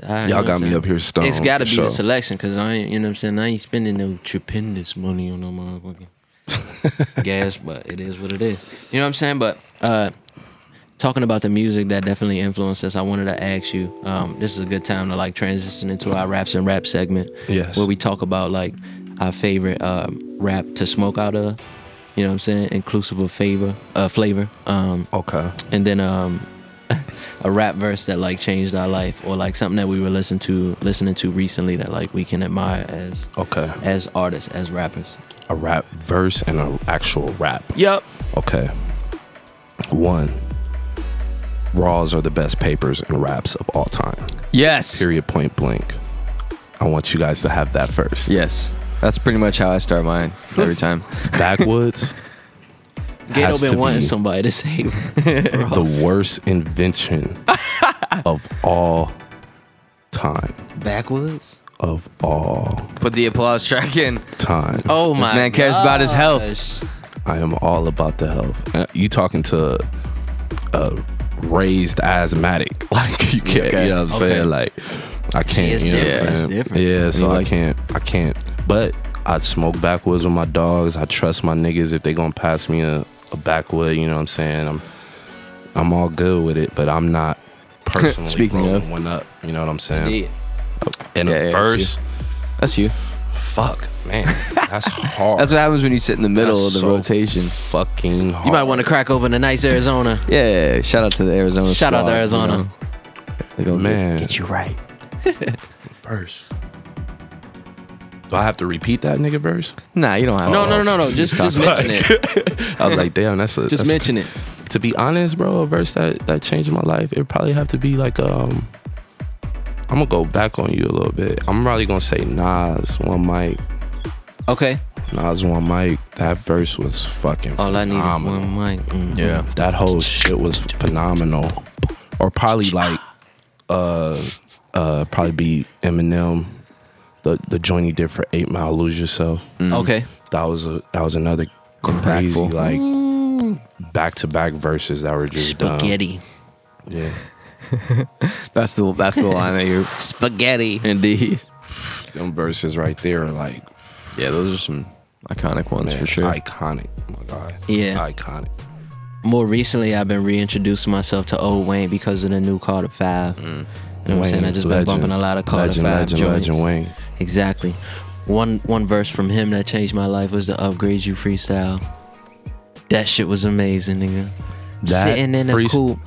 [SPEAKER 2] right, you know
[SPEAKER 4] Y'all
[SPEAKER 2] what I'm
[SPEAKER 4] got me
[SPEAKER 2] saying?
[SPEAKER 4] up here stoned.
[SPEAKER 2] It's got to
[SPEAKER 4] for
[SPEAKER 2] be
[SPEAKER 4] sure.
[SPEAKER 2] the selection because I ain't, you know what I'm saying? I ain't spending no tremendous money on no motherfucking gas, but it is what it is. You know what I'm saying? But uh, talking about the music that definitely influenced us, I wanted to ask you um, this is a good time to like transition into our raps and rap segment.
[SPEAKER 4] Yes.
[SPEAKER 2] Where we talk about like our favorite um, rap to smoke out of. You know what I'm saying? Inclusive of favor, uh, flavor. Um,
[SPEAKER 4] Okay.
[SPEAKER 2] and then um a rap verse that like changed our life or like something that we were listening to listening to recently that like we can admire as
[SPEAKER 4] Okay.
[SPEAKER 2] as artists as rappers
[SPEAKER 4] A rap verse and an actual rap.
[SPEAKER 2] yep
[SPEAKER 4] Okay. One. Raws are the best papers and raps of all time.
[SPEAKER 3] yes.
[SPEAKER 4] Period. Point blank. I want you guys to have that first.
[SPEAKER 3] Yes. That's pretty much how I start mine every time.
[SPEAKER 4] Backwoods.
[SPEAKER 2] gato
[SPEAKER 4] has
[SPEAKER 2] been
[SPEAKER 4] to
[SPEAKER 2] wanting
[SPEAKER 4] be
[SPEAKER 2] somebody to say
[SPEAKER 4] the worst invention of all time.
[SPEAKER 2] backwards
[SPEAKER 4] Of all
[SPEAKER 3] Put the applause track in.
[SPEAKER 4] time.
[SPEAKER 2] oh my
[SPEAKER 3] This man cares about his health.
[SPEAKER 2] gosh.
[SPEAKER 4] I am all about the health. Uh, You talking to a raised asthmatic? Like you can't.
[SPEAKER 3] Okay.
[SPEAKER 4] You know what I'm
[SPEAKER 2] Okay.
[SPEAKER 4] saying? Like I can't.
[SPEAKER 2] it's
[SPEAKER 4] You know what
[SPEAKER 2] different.
[SPEAKER 4] I'm
[SPEAKER 2] It's
[SPEAKER 4] saying?
[SPEAKER 2] different.
[SPEAKER 4] Yeah. So
[SPEAKER 3] You
[SPEAKER 4] I
[SPEAKER 3] like-
[SPEAKER 4] can't. I can't. But I smoke backwards with my dogs. I trust my niggas if they gonna pass me a, a backwood. You know what I'm saying? I'm I'm all good with it, but I'm not personally
[SPEAKER 3] Speaking
[SPEAKER 4] rolling
[SPEAKER 3] of.
[SPEAKER 4] one up. You know what I'm saying?
[SPEAKER 2] yeah
[SPEAKER 4] And
[SPEAKER 3] Yeah,
[SPEAKER 4] a
[SPEAKER 3] yeah, I see.
[SPEAKER 4] verse.
[SPEAKER 3] That's you.
[SPEAKER 4] Fuck, man, that's hard.
[SPEAKER 3] That's what happens when you sit in the middle
[SPEAKER 4] That's
[SPEAKER 3] of the
[SPEAKER 4] so
[SPEAKER 3] rotation.
[SPEAKER 4] Fucking hard.
[SPEAKER 2] You might want to crack open a nice Arizona.
[SPEAKER 3] Yeah, shout out to the Arizona.
[SPEAKER 2] Shout out to
[SPEAKER 3] squad, you
[SPEAKER 2] Arizona.
[SPEAKER 3] know. They gonna
[SPEAKER 4] Man.
[SPEAKER 3] get, get you right.
[SPEAKER 4] verse. Do I have to repeat that nigga verse?
[SPEAKER 3] Nah, you don't have.
[SPEAKER 2] No,
[SPEAKER 3] to.
[SPEAKER 2] no, no, no, no. Just, just mention it.
[SPEAKER 4] I was like, damn, that's a,
[SPEAKER 2] Just
[SPEAKER 4] that's-
[SPEAKER 2] mention it.
[SPEAKER 4] To be honest, bro, a verse that that changed my life, it probably have to be like um. I'm gonna go back on you a little bit. I'm probably gonna say Nas one mic,
[SPEAKER 2] Okay.
[SPEAKER 4] Nas one mic. That verse was fucking.
[SPEAKER 2] All I need is
[SPEAKER 4] phenomenal.
[SPEAKER 2] one mic. Mm.
[SPEAKER 4] Yeah, that whole shit was phenomenal. Or probably like, uh, uh, probably be Eminem, the the joint he did for Eight Mile, Lose Yourself.
[SPEAKER 2] Okay.
[SPEAKER 4] That was a that was another crazy
[SPEAKER 3] Impactful.
[SPEAKER 4] like back to back verses that were just
[SPEAKER 3] um,
[SPEAKER 2] Spaghetti.
[SPEAKER 4] Done. Yeah,
[SPEAKER 3] That's the that's the line that you're.
[SPEAKER 2] Spaghetti.
[SPEAKER 3] Indeed.
[SPEAKER 4] them verses right there are like
[SPEAKER 3] Yeah, those are some iconic ones
[SPEAKER 4] man,
[SPEAKER 3] for sure.
[SPEAKER 4] iconic. Oh my god,
[SPEAKER 2] Yeah.
[SPEAKER 4] iconic.
[SPEAKER 2] More recently, I've been reintroducing myself to old Wayne because of the new Carter Five. You know what I'm saying? I just been bumping a lot of Carter
[SPEAKER 4] legend,
[SPEAKER 2] Five
[SPEAKER 4] legend,
[SPEAKER 2] joints.
[SPEAKER 4] legend Wayne.
[SPEAKER 2] Exactly. One one verse from him that changed my life was the upgrade you freestyle. That shit was amazing, nigga.
[SPEAKER 4] That
[SPEAKER 2] Sitting in a
[SPEAKER 4] freest-
[SPEAKER 2] coupe,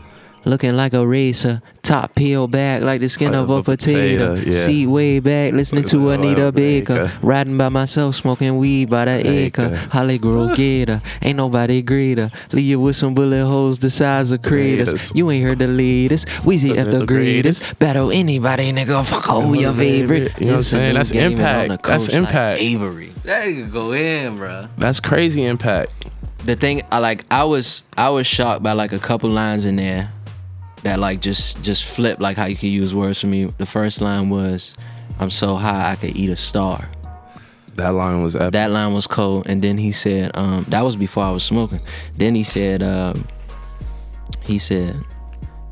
[SPEAKER 2] looking like a racer, top peel back like the skin of
[SPEAKER 4] Of
[SPEAKER 2] a,
[SPEAKER 4] a
[SPEAKER 2] potato.
[SPEAKER 4] potato, yeah.
[SPEAKER 2] Seat way back, listening to
[SPEAKER 4] Listen to
[SPEAKER 2] Anita
[SPEAKER 4] Anita
[SPEAKER 2] Baker.
[SPEAKER 4] Baker.
[SPEAKER 2] Riding by myself, smoking weed by the acre.
[SPEAKER 4] Acre.
[SPEAKER 2] Holly Grove gator, ain't nobody greater. Leave you with some bullet holes the size of craters.
[SPEAKER 4] Craters.
[SPEAKER 2] You ain't heard the latest. Weezy at the greatest. Battle anybody, nigga. Fuck who Oh, your favorite.
[SPEAKER 4] You know what I'm saying? That's impact. That's impact.
[SPEAKER 2] Avery. That could go in, bruh.
[SPEAKER 4] That's crazy impact.
[SPEAKER 2] The thing, I like, I was, I was shocked by like a couple lines in there that like just, just flipped like how you could use words for me. The first line was, "I'm so high I could eat a star."
[SPEAKER 4] That line was epic.
[SPEAKER 2] That line was cold. And then he said, um, that was before I was smoking. Then he said, um, he said,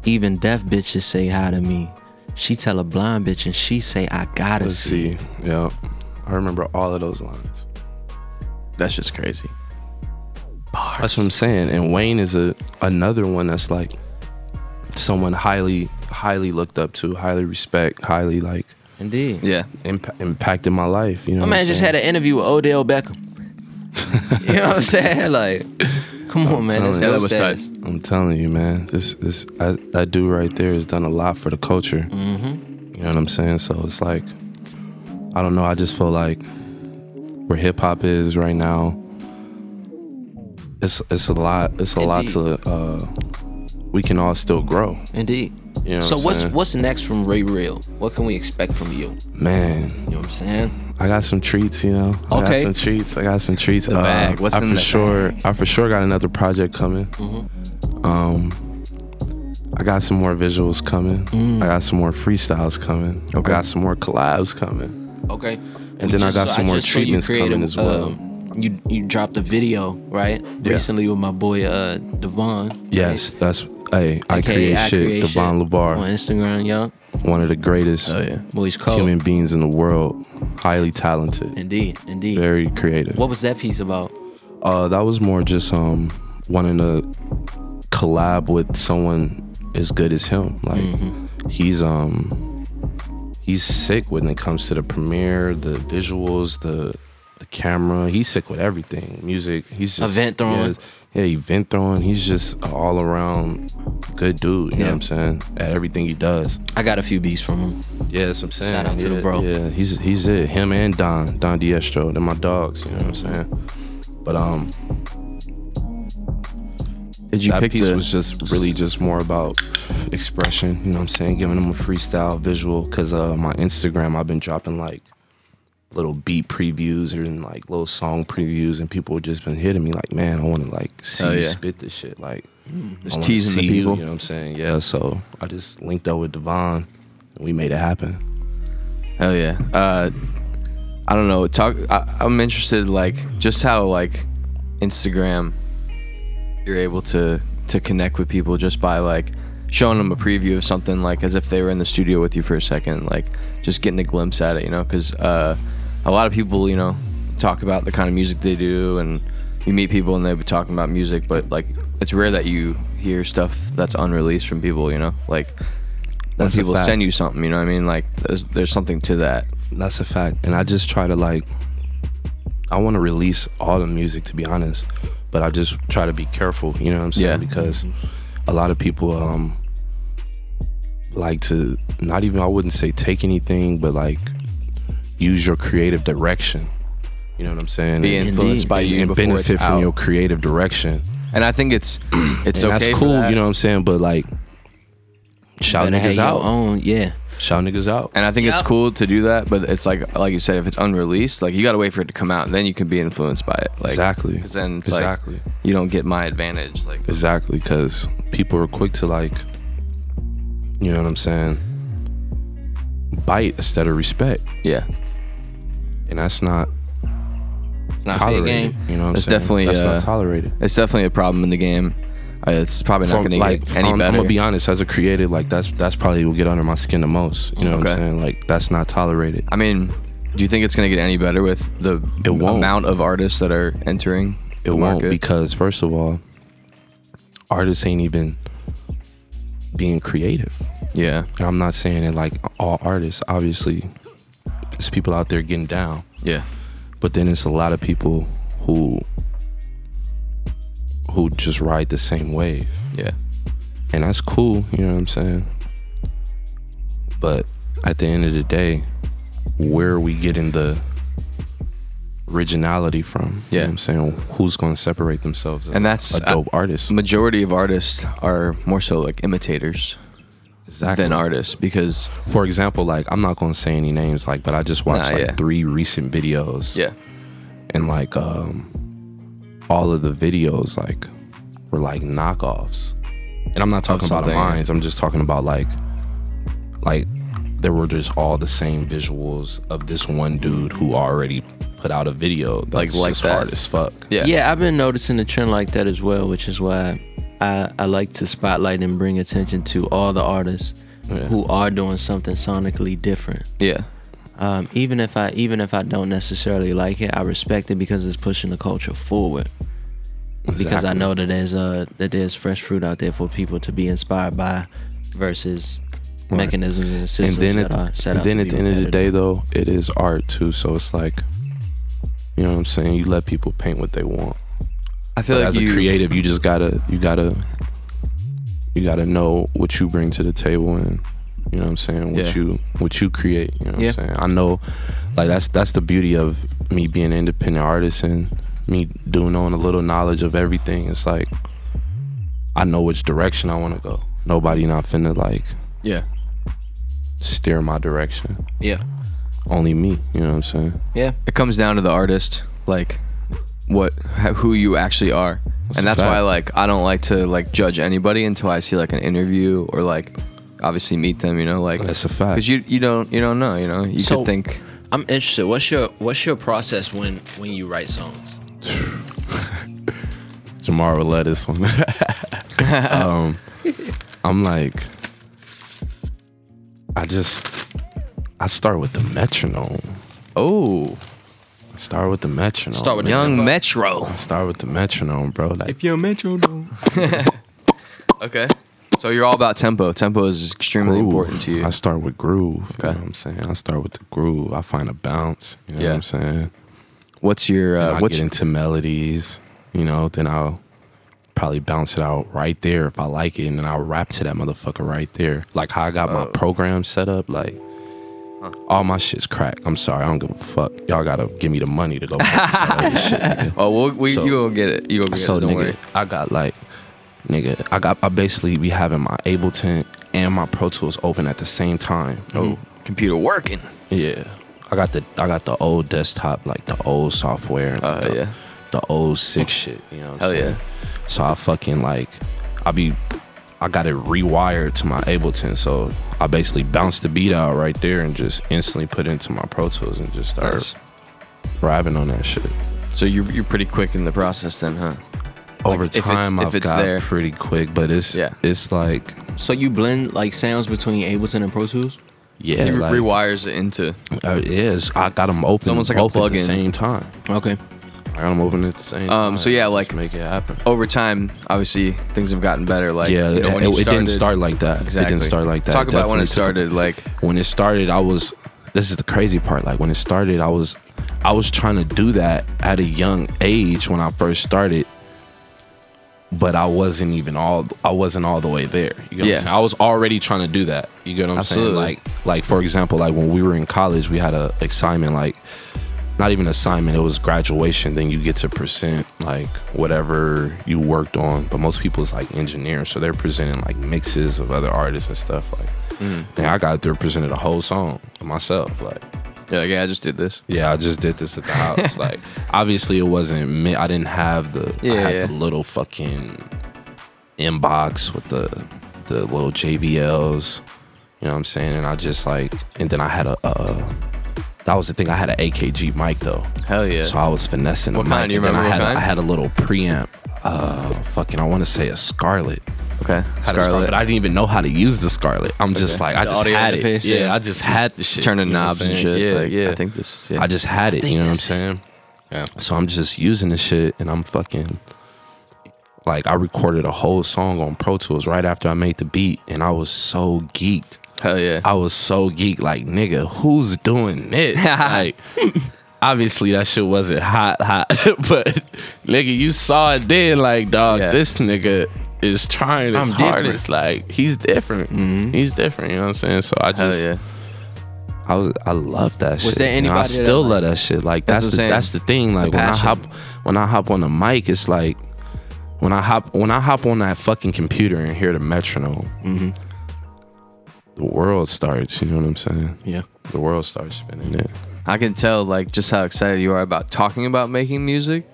[SPEAKER 2] even deaf bitches say hi to me. She tell a blind bitch and she say I gotta
[SPEAKER 4] Let's
[SPEAKER 2] see.
[SPEAKER 4] see. Yeah. I remember all of those lines.
[SPEAKER 3] That's just crazy.
[SPEAKER 4] That's what I'm saying. And Wayne is a another one that's like someone highly, highly looked up to, highly respect, highly like
[SPEAKER 2] Indeed.
[SPEAKER 3] Yeah.
[SPEAKER 4] imp- impacted my life. You know,
[SPEAKER 2] My
[SPEAKER 4] what
[SPEAKER 2] man
[SPEAKER 4] I'm
[SPEAKER 2] just
[SPEAKER 4] saying?
[SPEAKER 2] had an interview with Odell Beckham. you know what I'm saying? Like, come on, man.
[SPEAKER 4] telling
[SPEAKER 2] That's
[SPEAKER 4] you.
[SPEAKER 2] dope
[SPEAKER 3] That was
[SPEAKER 2] status.
[SPEAKER 3] tight.
[SPEAKER 4] I'm telling you, man. This, this, I, that dude right there has done a lot for the culture. Mm-hmm. You know what I'm saying? So it's like, I don't know. I just feel like where hip hop is right now, it's it's a lot. It's a lot
[SPEAKER 2] Indeed.
[SPEAKER 4] to. Uh, we can all still grow.
[SPEAKER 2] Indeed.
[SPEAKER 4] You know what
[SPEAKER 2] so
[SPEAKER 4] I'm
[SPEAKER 2] what's
[SPEAKER 4] saying?
[SPEAKER 2] what's next from Ray Real? What can we expect from you?
[SPEAKER 4] Man,
[SPEAKER 2] You know what I'm saying?
[SPEAKER 4] I got some treats, you know. I
[SPEAKER 2] Okay.
[SPEAKER 4] got some treats. I got some treats. Uh,
[SPEAKER 3] The bag. Mm-hmm. What's
[SPEAKER 4] I
[SPEAKER 3] in
[SPEAKER 4] for
[SPEAKER 3] the
[SPEAKER 4] sure I for sure got another project coming. Um I got some more visuals coming. I got some more freestyles coming.
[SPEAKER 3] Mm. Okay.
[SPEAKER 4] I got some more collabs coming.
[SPEAKER 2] Okay.
[SPEAKER 4] And then I got some more
[SPEAKER 2] just saw you
[SPEAKER 4] treatments
[SPEAKER 2] created,
[SPEAKER 4] coming as well.
[SPEAKER 2] um, you you dropped a video right
[SPEAKER 4] Yeah.
[SPEAKER 2] recently with my boy uh Devon. right?
[SPEAKER 4] Yes, that's hey, I
[SPEAKER 2] AKA
[SPEAKER 4] create shit.
[SPEAKER 2] on
[SPEAKER 4] Devon Labar,
[SPEAKER 2] Instagram, yo.
[SPEAKER 4] one of the greatest
[SPEAKER 3] Oh yeah.
[SPEAKER 2] Boy's cold.
[SPEAKER 4] human beings in the world. Highly talented.
[SPEAKER 2] Indeed, indeed.
[SPEAKER 4] Very creative.
[SPEAKER 2] What was that piece about?
[SPEAKER 4] Uh, that was more just um wanting to collab with someone as good as him. Like
[SPEAKER 2] Mm-hmm.
[SPEAKER 4] he's um he's sick when it comes to the premiere, the visuals, the the camera. He's sick with everything. Music. He's just
[SPEAKER 2] Event throwing.
[SPEAKER 4] Yeah, yeah event throwing. He's just an all around good dude. You
[SPEAKER 2] Yeah.
[SPEAKER 4] know what I'm saying? At everything he does.
[SPEAKER 2] I got a few beats from him.
[SPEAKER 4] Yeah, that's what I'm saying.
[SPEAKER 2] Shout out to
[SPEAKER 4] yeah,
[SPEAKER 2] the bro.
[SPEAKER 4] Yeah, he's he's it. Him and Don, Don Diestro. They're my dogs. You know what I'm saying? But um,
[SPEAKER 3] Did you
[SPEAKER 4] that
[SPEAKER 3] pick
[SPEAKER 4] piece
[SPEAKER 3] the?
[SPEAKER 4] was just really just more about expression. You know what I'm saying? Giving them a freestyle visual. Cause uh, my Instagram, I've been dropping like little beat previews and like little song previews, and people have just been hitting me like, man, I want to like see
[SPEAKER 3] Oh,
[SPEAKER 4] you
[SPEAKER 3] yeah.
[SPEAKER 4] spit this shit. Like, I
[SPEAKER 3] Just
[SPEAKER 4] wanna
[SPEAKER 3] teasing
[SPEAKER 4] see
[SPEAKER 3] the
[SPEAKER 4] you,
[SPEAKER 3] people.
[SPEAKER 4] You know what I'm saying? Yeah. So I just linked up with Devon, and we made it happen.
[SPEAKER 3] Hell yeah. Uh, I don't know. Talk. I, I'm interested, like, just how like Instagram, you're able to to connect with people just by like showing them a preview of something, like as if they were in the studio with you for a second, like just getting a glimpse at it, you know? Because uh, a lot of people, you know, talk about the kind of music they do, and you meet people and they be talking about music, but like it's rare that you hear stuff that's unreleased from people, you know, like. When
[SPEAKER 4] That's a
[SPEAKER 3] people
[SPEAKER 4] fact.
[SPEAKER 3] send you something, you know what I mean? Like there's there's something to that
[SPEAKER 4] That's a fact. And I just try to like I want to release all the music to be honest, but I just try to be careful, you know what I'm saying?
[SPEAKER 3] Yeah.
[SPEAKER 4] Because a lot of people um like to not even I wouldn't say take anything, but like use your creative direction. You know what I'm saying?
[SPEAKER 3] Be
[SPEAKER 4] And-
[SPEAKER 3] influenced by you
[SPEAKER 4] and
[SPEAKER 3] before
[SPEAKER 4] benefit
[SPEAKER 3] it's
[SPEAKER 4] from
[SPEAKER 3] out.
[SPEAKER 4] your creative direction.
[SPEAKER 3] and I think it's it's
[SPEAKER 4] and
[SPEAKER 3] okay.
[SPEAKER 4] that's
[SPEAKER 3] for
[SPEAKER 4] cool,
[SPEAKER 3] that.
[SPEAKER 4] you know what I'm saying? But like shout
[SPEAKER 2] Better have
[SPEAKER 4] niggas
[SPEAKER 2] your
[SPEAKER 4] out.
[SPEAKER 2] own, yeah.
[SPEAKER 4] Shout niggas out.
[SPEAKER 3] And I think it's
[SPEAKER 2] Yep.
[SPEAKER 3] cool to do that, but it's like like you said, if it's unreleased, like you gotta wait for it to come out, and then you can be influenced by it. Like,
[SPEAKER 4] Exactly.
[SPEAKER 3] Because then it's
[SPEAKER 4] Exactly.
[SPEAKER 3] like you don't get my advantage. Like
[SPEAKER 4] Exactly, because people are quick to like, you know what I'm saying, bite instead of respect,
[SPEAKER 3] yeah,
[SPEAKER 4] and that's not
[SPEAKER 3] it's not
[SPEAKER 2] Say it
[SPEAKER 4] tolerated.
[SPEAKER 2] again.
[SPEAKER 4] You know, what I'm
[SPEAKER 3] It's
[SPEAKER 4] saying?
[SPEAKER 3] definitely,
[SPEAKER 4] that's
[SPEAKER 3] uh,
[SPEAKER 4] not tolerated.
[SPEAKER 3] It's definitely a problem in the game. Uh, it's probably not
[SPEAKER 4] From,
[SPEAKER 3] going to
[SPEAKER 4] like,
[SPEAKER 3] get any
[SPEAKER 4] I'm,
[SPEAKER 3] better.
[SPEAKER 4] I'm gonna be honest. As a creative, like that's that's probably will get under my skin the most. You know what I'm
[SPEAKER 3] Okay.
[SPEAKER 4] saying? Like that's not tolerated.
[SPEAKER 3] I mean, do you think it's going to get any better with the
[SPEAKER 4] It won't.
[SPEAKER 3] amount of artists that are entering?
[SPEAKER 4] It
[SPEAKER 3] the
[SPEAKER 4] won't
[SPEAKER 3] market?
[SPEAKER 4] because first of all, artists ain't even being creative.
[SPEAKER 3] yeah,
[SPEAKER 4] And I'm not saying it like all artists. Obviously, there's people out there getting down.
[SPEAKER 3] yeah,
[SPEAKER 4] but then it's a lot of people who who just ride the same wave
[SPEAKER 3] yeah.
[SPEAKER 4] and that's cool you know what i'm saying but at the end of the day where are we getting the originality from you
[SPEAKER 3] Yeah.
[SPEAKER 4] know what i'm saying who's going to separate themselves as
[SPEAKER 3] And that's-
[SPEAKER 4] a dope artist
[SPEAKER 3] Majority of artists are more so like imitators
[SPEAKER 4] exactly
[SPEAKER 3] than artists because
[SPEAKER 4] for example like i'm not going to say any names like but i just watched
[SPEAKER 3] Nah,
[SPEAKER 4] like
[SPEAKER 3] yeah.
[SPEAKER 4] three recent videos
[SPEAKER 3] yeah,
[SPEAKER 4] and like um all of the videos like were like knockoffs and i'm not talking about the
[SPEAKER 3] something.
[SPEAKER 4] mines i'm just talking about like like there were just all the same visuals of this one dude who already put out a video that's
[SPEAKER 3] Like- like
[SPEAKER 4] just
[SPEAKER 3] that.
[SPEAKER 4] hard as fuck
[SPEAKER 3] yeah,
[SPEAKER 2] yeah, I've been noticing a trend like that as well, which is why I, I like to spotlight and bring attention to all the artists
[SPEAKER 4] Yeah.
[SPEAKER 2] who are doing something sonically different.
[SPEAKER 3] yeah,
[SPEAKER 2] Um, even if I even if I don't necessarily like it, I respect it because it's pushing the culture forward. Because I
[SPEAKER 4] Exactly.
[SPEAKER 2] know that there's uh that there's fresh fruit out there for people to be inspired by, versus mechanisms and
[SPEAKER 4] and
[SPEAKER 2] systems
[SPEAKER 4] then
[SPEAKER 2] that
[SPEAKER 4] at,
[SPEAKER 2] are set
[SPEAKER 4] and
[SPEAKER 2] up.
[SPEAKER 4] then
[SPEAKER 2] to
[SPEAKER 4] at
[SPEAKER 2] be
[SPEAKER 4] the end of the
[SPEAKER 2] repetitive.
[SPEAKER 4] day though it is art too so it's like you know what i'm saying you let people paint what they want
[SPEAKER 3] I feel
[SPEAKER 4] But
[SPEAKER 3] like
[SPEAKER 4] as
[SPEAKER 3] you,
[SPEAKER 4] a creative, you just gotta you gotta you gotta know what you bring to the table and you know what I'm saying, what
[SPEAKER 3] Yeah.
[SPEAKER 4] you what you create. You know what
[SPEAKER 2] Yeah.
[SPEAKER 4] I'm saying? I know like that's that's the beauty of me being an independent artist and me doing on a little knowledge of everything. It's like I know which direction I wanna go. Nobody not finna like
[SPEAKER 3] yeah,
[SPEAKER 4] steer my direction.
[SPEAKER 2] yeah,
[SPEAKER 4] Only me, you know what I'm saying?
[SPEAKER 2] yeah,
[SPEAKER 3] it comes down to the artist like what ha- who you actually are
[SPEAKER 4] a
[SPEAKER 3] and that's why
[SPEAKER 4] fact.
[SPEAKER 3] like i don't like to like judge anybody until i see like an interview or like obviously meet them you know like
[SPEAKER 4] That's a fact.
[SPEAKER 3] because you you don't you don't know you know you
[SPEAKER 2] So-
[SPEAKER 3] could think
[SPEAKER 2] I'm interested. What's your what's your process when when you write songs?
[SPEAKER 4] Tomorrow lettuce on um, I'm like, I just, I start with the metronome.
[SPEAKER 3] oh
[SPEAKER 4] I start with the metronome.
[SPEAKER 2] Start with the
[SPEAKER 4] man.
[SPEAKER 3] young
[SPEAKER 2] tempo.
[SPEAKER 3] metro
[SPEAKER 4] Start with the metronome, bro. Like,
[SPEAKER 3] you're metro okay so you're all about tempo tempo is extremely
[SPEAKER 4] groove.
[SPEAKER 3] important to you
[SPEAKER 4] I start with groove. You
[SPEAKER 3] Okay.
[SPEAKER 4] know what I'm saying? I start with the groove. I find a bounce. You know
[SPEAKER 3] Yeah.
[SPEAKER 4] what I'm saying?
[SPEAKER 3] what's your
[SPEAKER 4] Then
[SPEAKER 3] uh,
[SPEAKER 4] I
[SPEAKER 3] what's
[SPEAKER 4] get into melodies. You know, then I'll probably bounce it out right there if I like it, and then I'll rap to that motherfucker right there. Like how I got
[SPEAKER 3] Uh,
[SPEAKER 4] my program set up. Like all my shit's crack. I'm sorry, I don't give a fuck. Y'all gotta give me the money to go. make some of this shit, nigga.
[SPEAKER 3] oh we'll, we
[SPEAKER 4] So-
[SPEAKER 3] you gonna get it you gonna get
[SPEAKER 4] So
[SPEAKER 3] it don't
[SPEAKER 4] nigga,
[SPEAKER 3] worry
[SPEAKER 4] I got like nigga, I got I basically be having my Ableton and my Pro Tools open at the same time.
[SPEAKER 3] oh computer working
[SPEAKER 4] Yeah. I got the I got the old desktop, like the old software. and, like,
[SPEAKER 3] Oh,
[SPEAKER 4] the,
[SPEAKER 3] yeah.
[SPEAKER 4] The old sick shit. You know. What
[SPEAKER 3] Hell
[SPEAKER 4] I'm saying? So I fucking like, I be, I got it rewired to my Ableton. So I basically bounced the beat out right there and just instantly put it into my Pro Tools and just start
[SPEAKER 3] Nice.
[SPEAKER 4] rapping on that shit.
[SPEAKER 3] so you're, you're pretty quick in the process then huh
[SPEAKER 4] Over
[SPEAKER 3] if it's-
[SPEAKER 4] time,
[SPEAKER 3] if
[SPEAKER 4] I've
[SPEAKER 3] it's
[SPEAKER 4] got
[SPEAKER 3] there.
[SPEAKER 4] pretty quick, but it's
[SPEAKER 3] Yeah.
[SPEAKER 4] it's like
[SPEAKER 2] So you blend like sounds between Ableton and Pro Tools?
[SPEAKER 4] yeah,
[SPEAKER 3] He
[SPEAKER 4] like,
[SPEAKER 3] rewires it into
[SPEAKER 4] uh, it is. I got them open.
[SPEAKER 3] almost like a
[SPEAKER 4] both at the
[SPEAKER 3] plugin.
[SPEAKER 4] same time.
[SPEAKER 2] Okay.
[SPEAKER 4] I got them open at the same.
[SPEAKER 3] Um,
[SPEAKER 4] time.
[SPEAKER 3] so yeah,
[SPEAKER 4] Just
[SPEAKER 3] like-
[SPEAKER 4] make it happen.
[SPEAKER 3] over time. Obviously, things have gotten better. Like
[SPEAKER 4] yeah,
[SPEAKER 3] you know, when
[SPEAKER 4] it,
[SPEAKER 3] you
[SPEAKER 4] it didn't
[SPEAKER 3] started-
[SPEAKER 4] start like that.
[SPEAKER 3] Exactly.
[SPEAKER 4] It didn't start like that.
[SPEAKER 3] Talk about when it
[SPEAKER 4] Definitely took-
[SPEAKER 3] started. Like
[SPEAKER 4] When it started, I was. this is the crazy part. Like when it started, I was I was trying to do that at a young age when I first started, but I wasn't even all I wasn't all the way there. You get what I'm
[SPEAKER 3] Yeah.
[SPEAKER 4] saying? I was already trying to do that. You get what I'm
[SPEAKER 3] Absolutely.
[SPEAKER 4] saying? Like like for example, like when we were in college, we had a assignment like not even assignment, it was graduation, then you get to present like whatever you worked on. But most people's like engineers, so they're presenting like mixes of other artists and stuff like and I got there presented a whole song myself. Like,
[SPEAKER 3] Yeah, like, yeah, I just did this.
[SPEAKER 4] yeah, I just did this at the house. like, obviously it wasn't me. I didn't have the I
[SPEAKER 3] Yeah,
[SPEAKER 4] had
[SPEAKER 3] yeah.
[SPEAKER 4] the little fucking inbox with the the little JBLs. You know what I'm saying? And I just like, and then I had a. Uh, that was the thing. I had an AKG mic though.
[SPEAKER 3] Hell yeah.
[SPEAKER 4] So I was finessing
[SPEAKER 3] What
[SPEAKER 4] the
[SPEAKER 3] kind?
[SPEAKER 4] mic.
[SPEAKER 3] Do you
[SPEAKER 4] and then
[SPEAKER 3] remember
[SPEAKER 4] I had
[SPEAKER 3] what
[SPEAKER 4] a-
[SPEAKER 3] kind?
[SPEAKER 4] I had a little preamp. Uh, fucking, I want to say a Scarlet.
[SPEAKER 3] Okay.
[SPEAKER 4] Had a Scarlet, but I didn't even know how to use the Scarlet. I'm just like, I
[SPEAKER 2] The
[SPEAKER 4] just
[SPEAKER 2] audio
[SPEAKER 4] had it.
[SPEAKER 2] interface,
[SPEAKER 4] Yeah,
[SPEAKER 2] yeah.
[SPEAKER 4] I just had the shit.
[SPEAKER 3] Turning
[SPEAKER 4] you know what I'm
[SPEAKER 3] knobs and
[SPEAKER 4] saying?
[SPEAKER 3] shit.
[SPEAKER 4] Yeah,
[SPEAKER 3] like,
[SPEAKER 4] yeah.
[SPEAKER 3] I think this. Yeah.
[SPEAKER 4] I just had it. You know what I'm saying?
[SPEAKER 3] Yeah.
[SPEAKER 4] So I'm just using this shit, and I'm fucking like, I recorded a whole song on Pro Tools right after I made the beat, and I was so geeked.
[SPEAKER 3] Hell yeah.
[SPEAKER 4] I was so geeked, like, nigga, who's doing this? like, obviously that shit wasn't hot, hot, but nigga, you saw it then, like, dog,
[SPEAKER 3] Yeah.
[SPEAKER 4] this nigga is trying his
[SPEAKER 2] I'm
[SPEAKER 4] hardest. Like, he's different. He's different. You know what I'm saying? So I
[SPEAKER 3] Mm-hmm. Hell
[SPEAKER 4] just,
[SPEAKER 3] yeah.
[SPEAKER 4] I was, I love that shit.
[SPEAKER 2] there
[SPEAKER 4] you know, I
[SPEAKER 2] anybody that,
[SPEAKER 4] still
[SPEAKER 2] like-
[SPEAKER 4] love that shit. Like,
[SPEAKER 3] That's
[SPEAKER 4] that's,
[SPEAKER 3] what I'm
[SPEAKER 4] the,
[SPEAKER 3] saying.
[SPEAKER 4] that's the thing. Like,
[SPEAKER 3] The
[SPEAKER 4] when I
[SPEAKER 3] passion.
[SPEAKER 4] hop, when I hop on the mic, it's like, when I hop, when I hop on that fucking computer and hear the metronome, the world starts. You know what I'm saying?
[SPEAKER 2] Yeah.
[SPEAKER 4] the world starts spinning. Yeah.
[SPEAKER 3] I can tell like just how excited you are about talking about making music.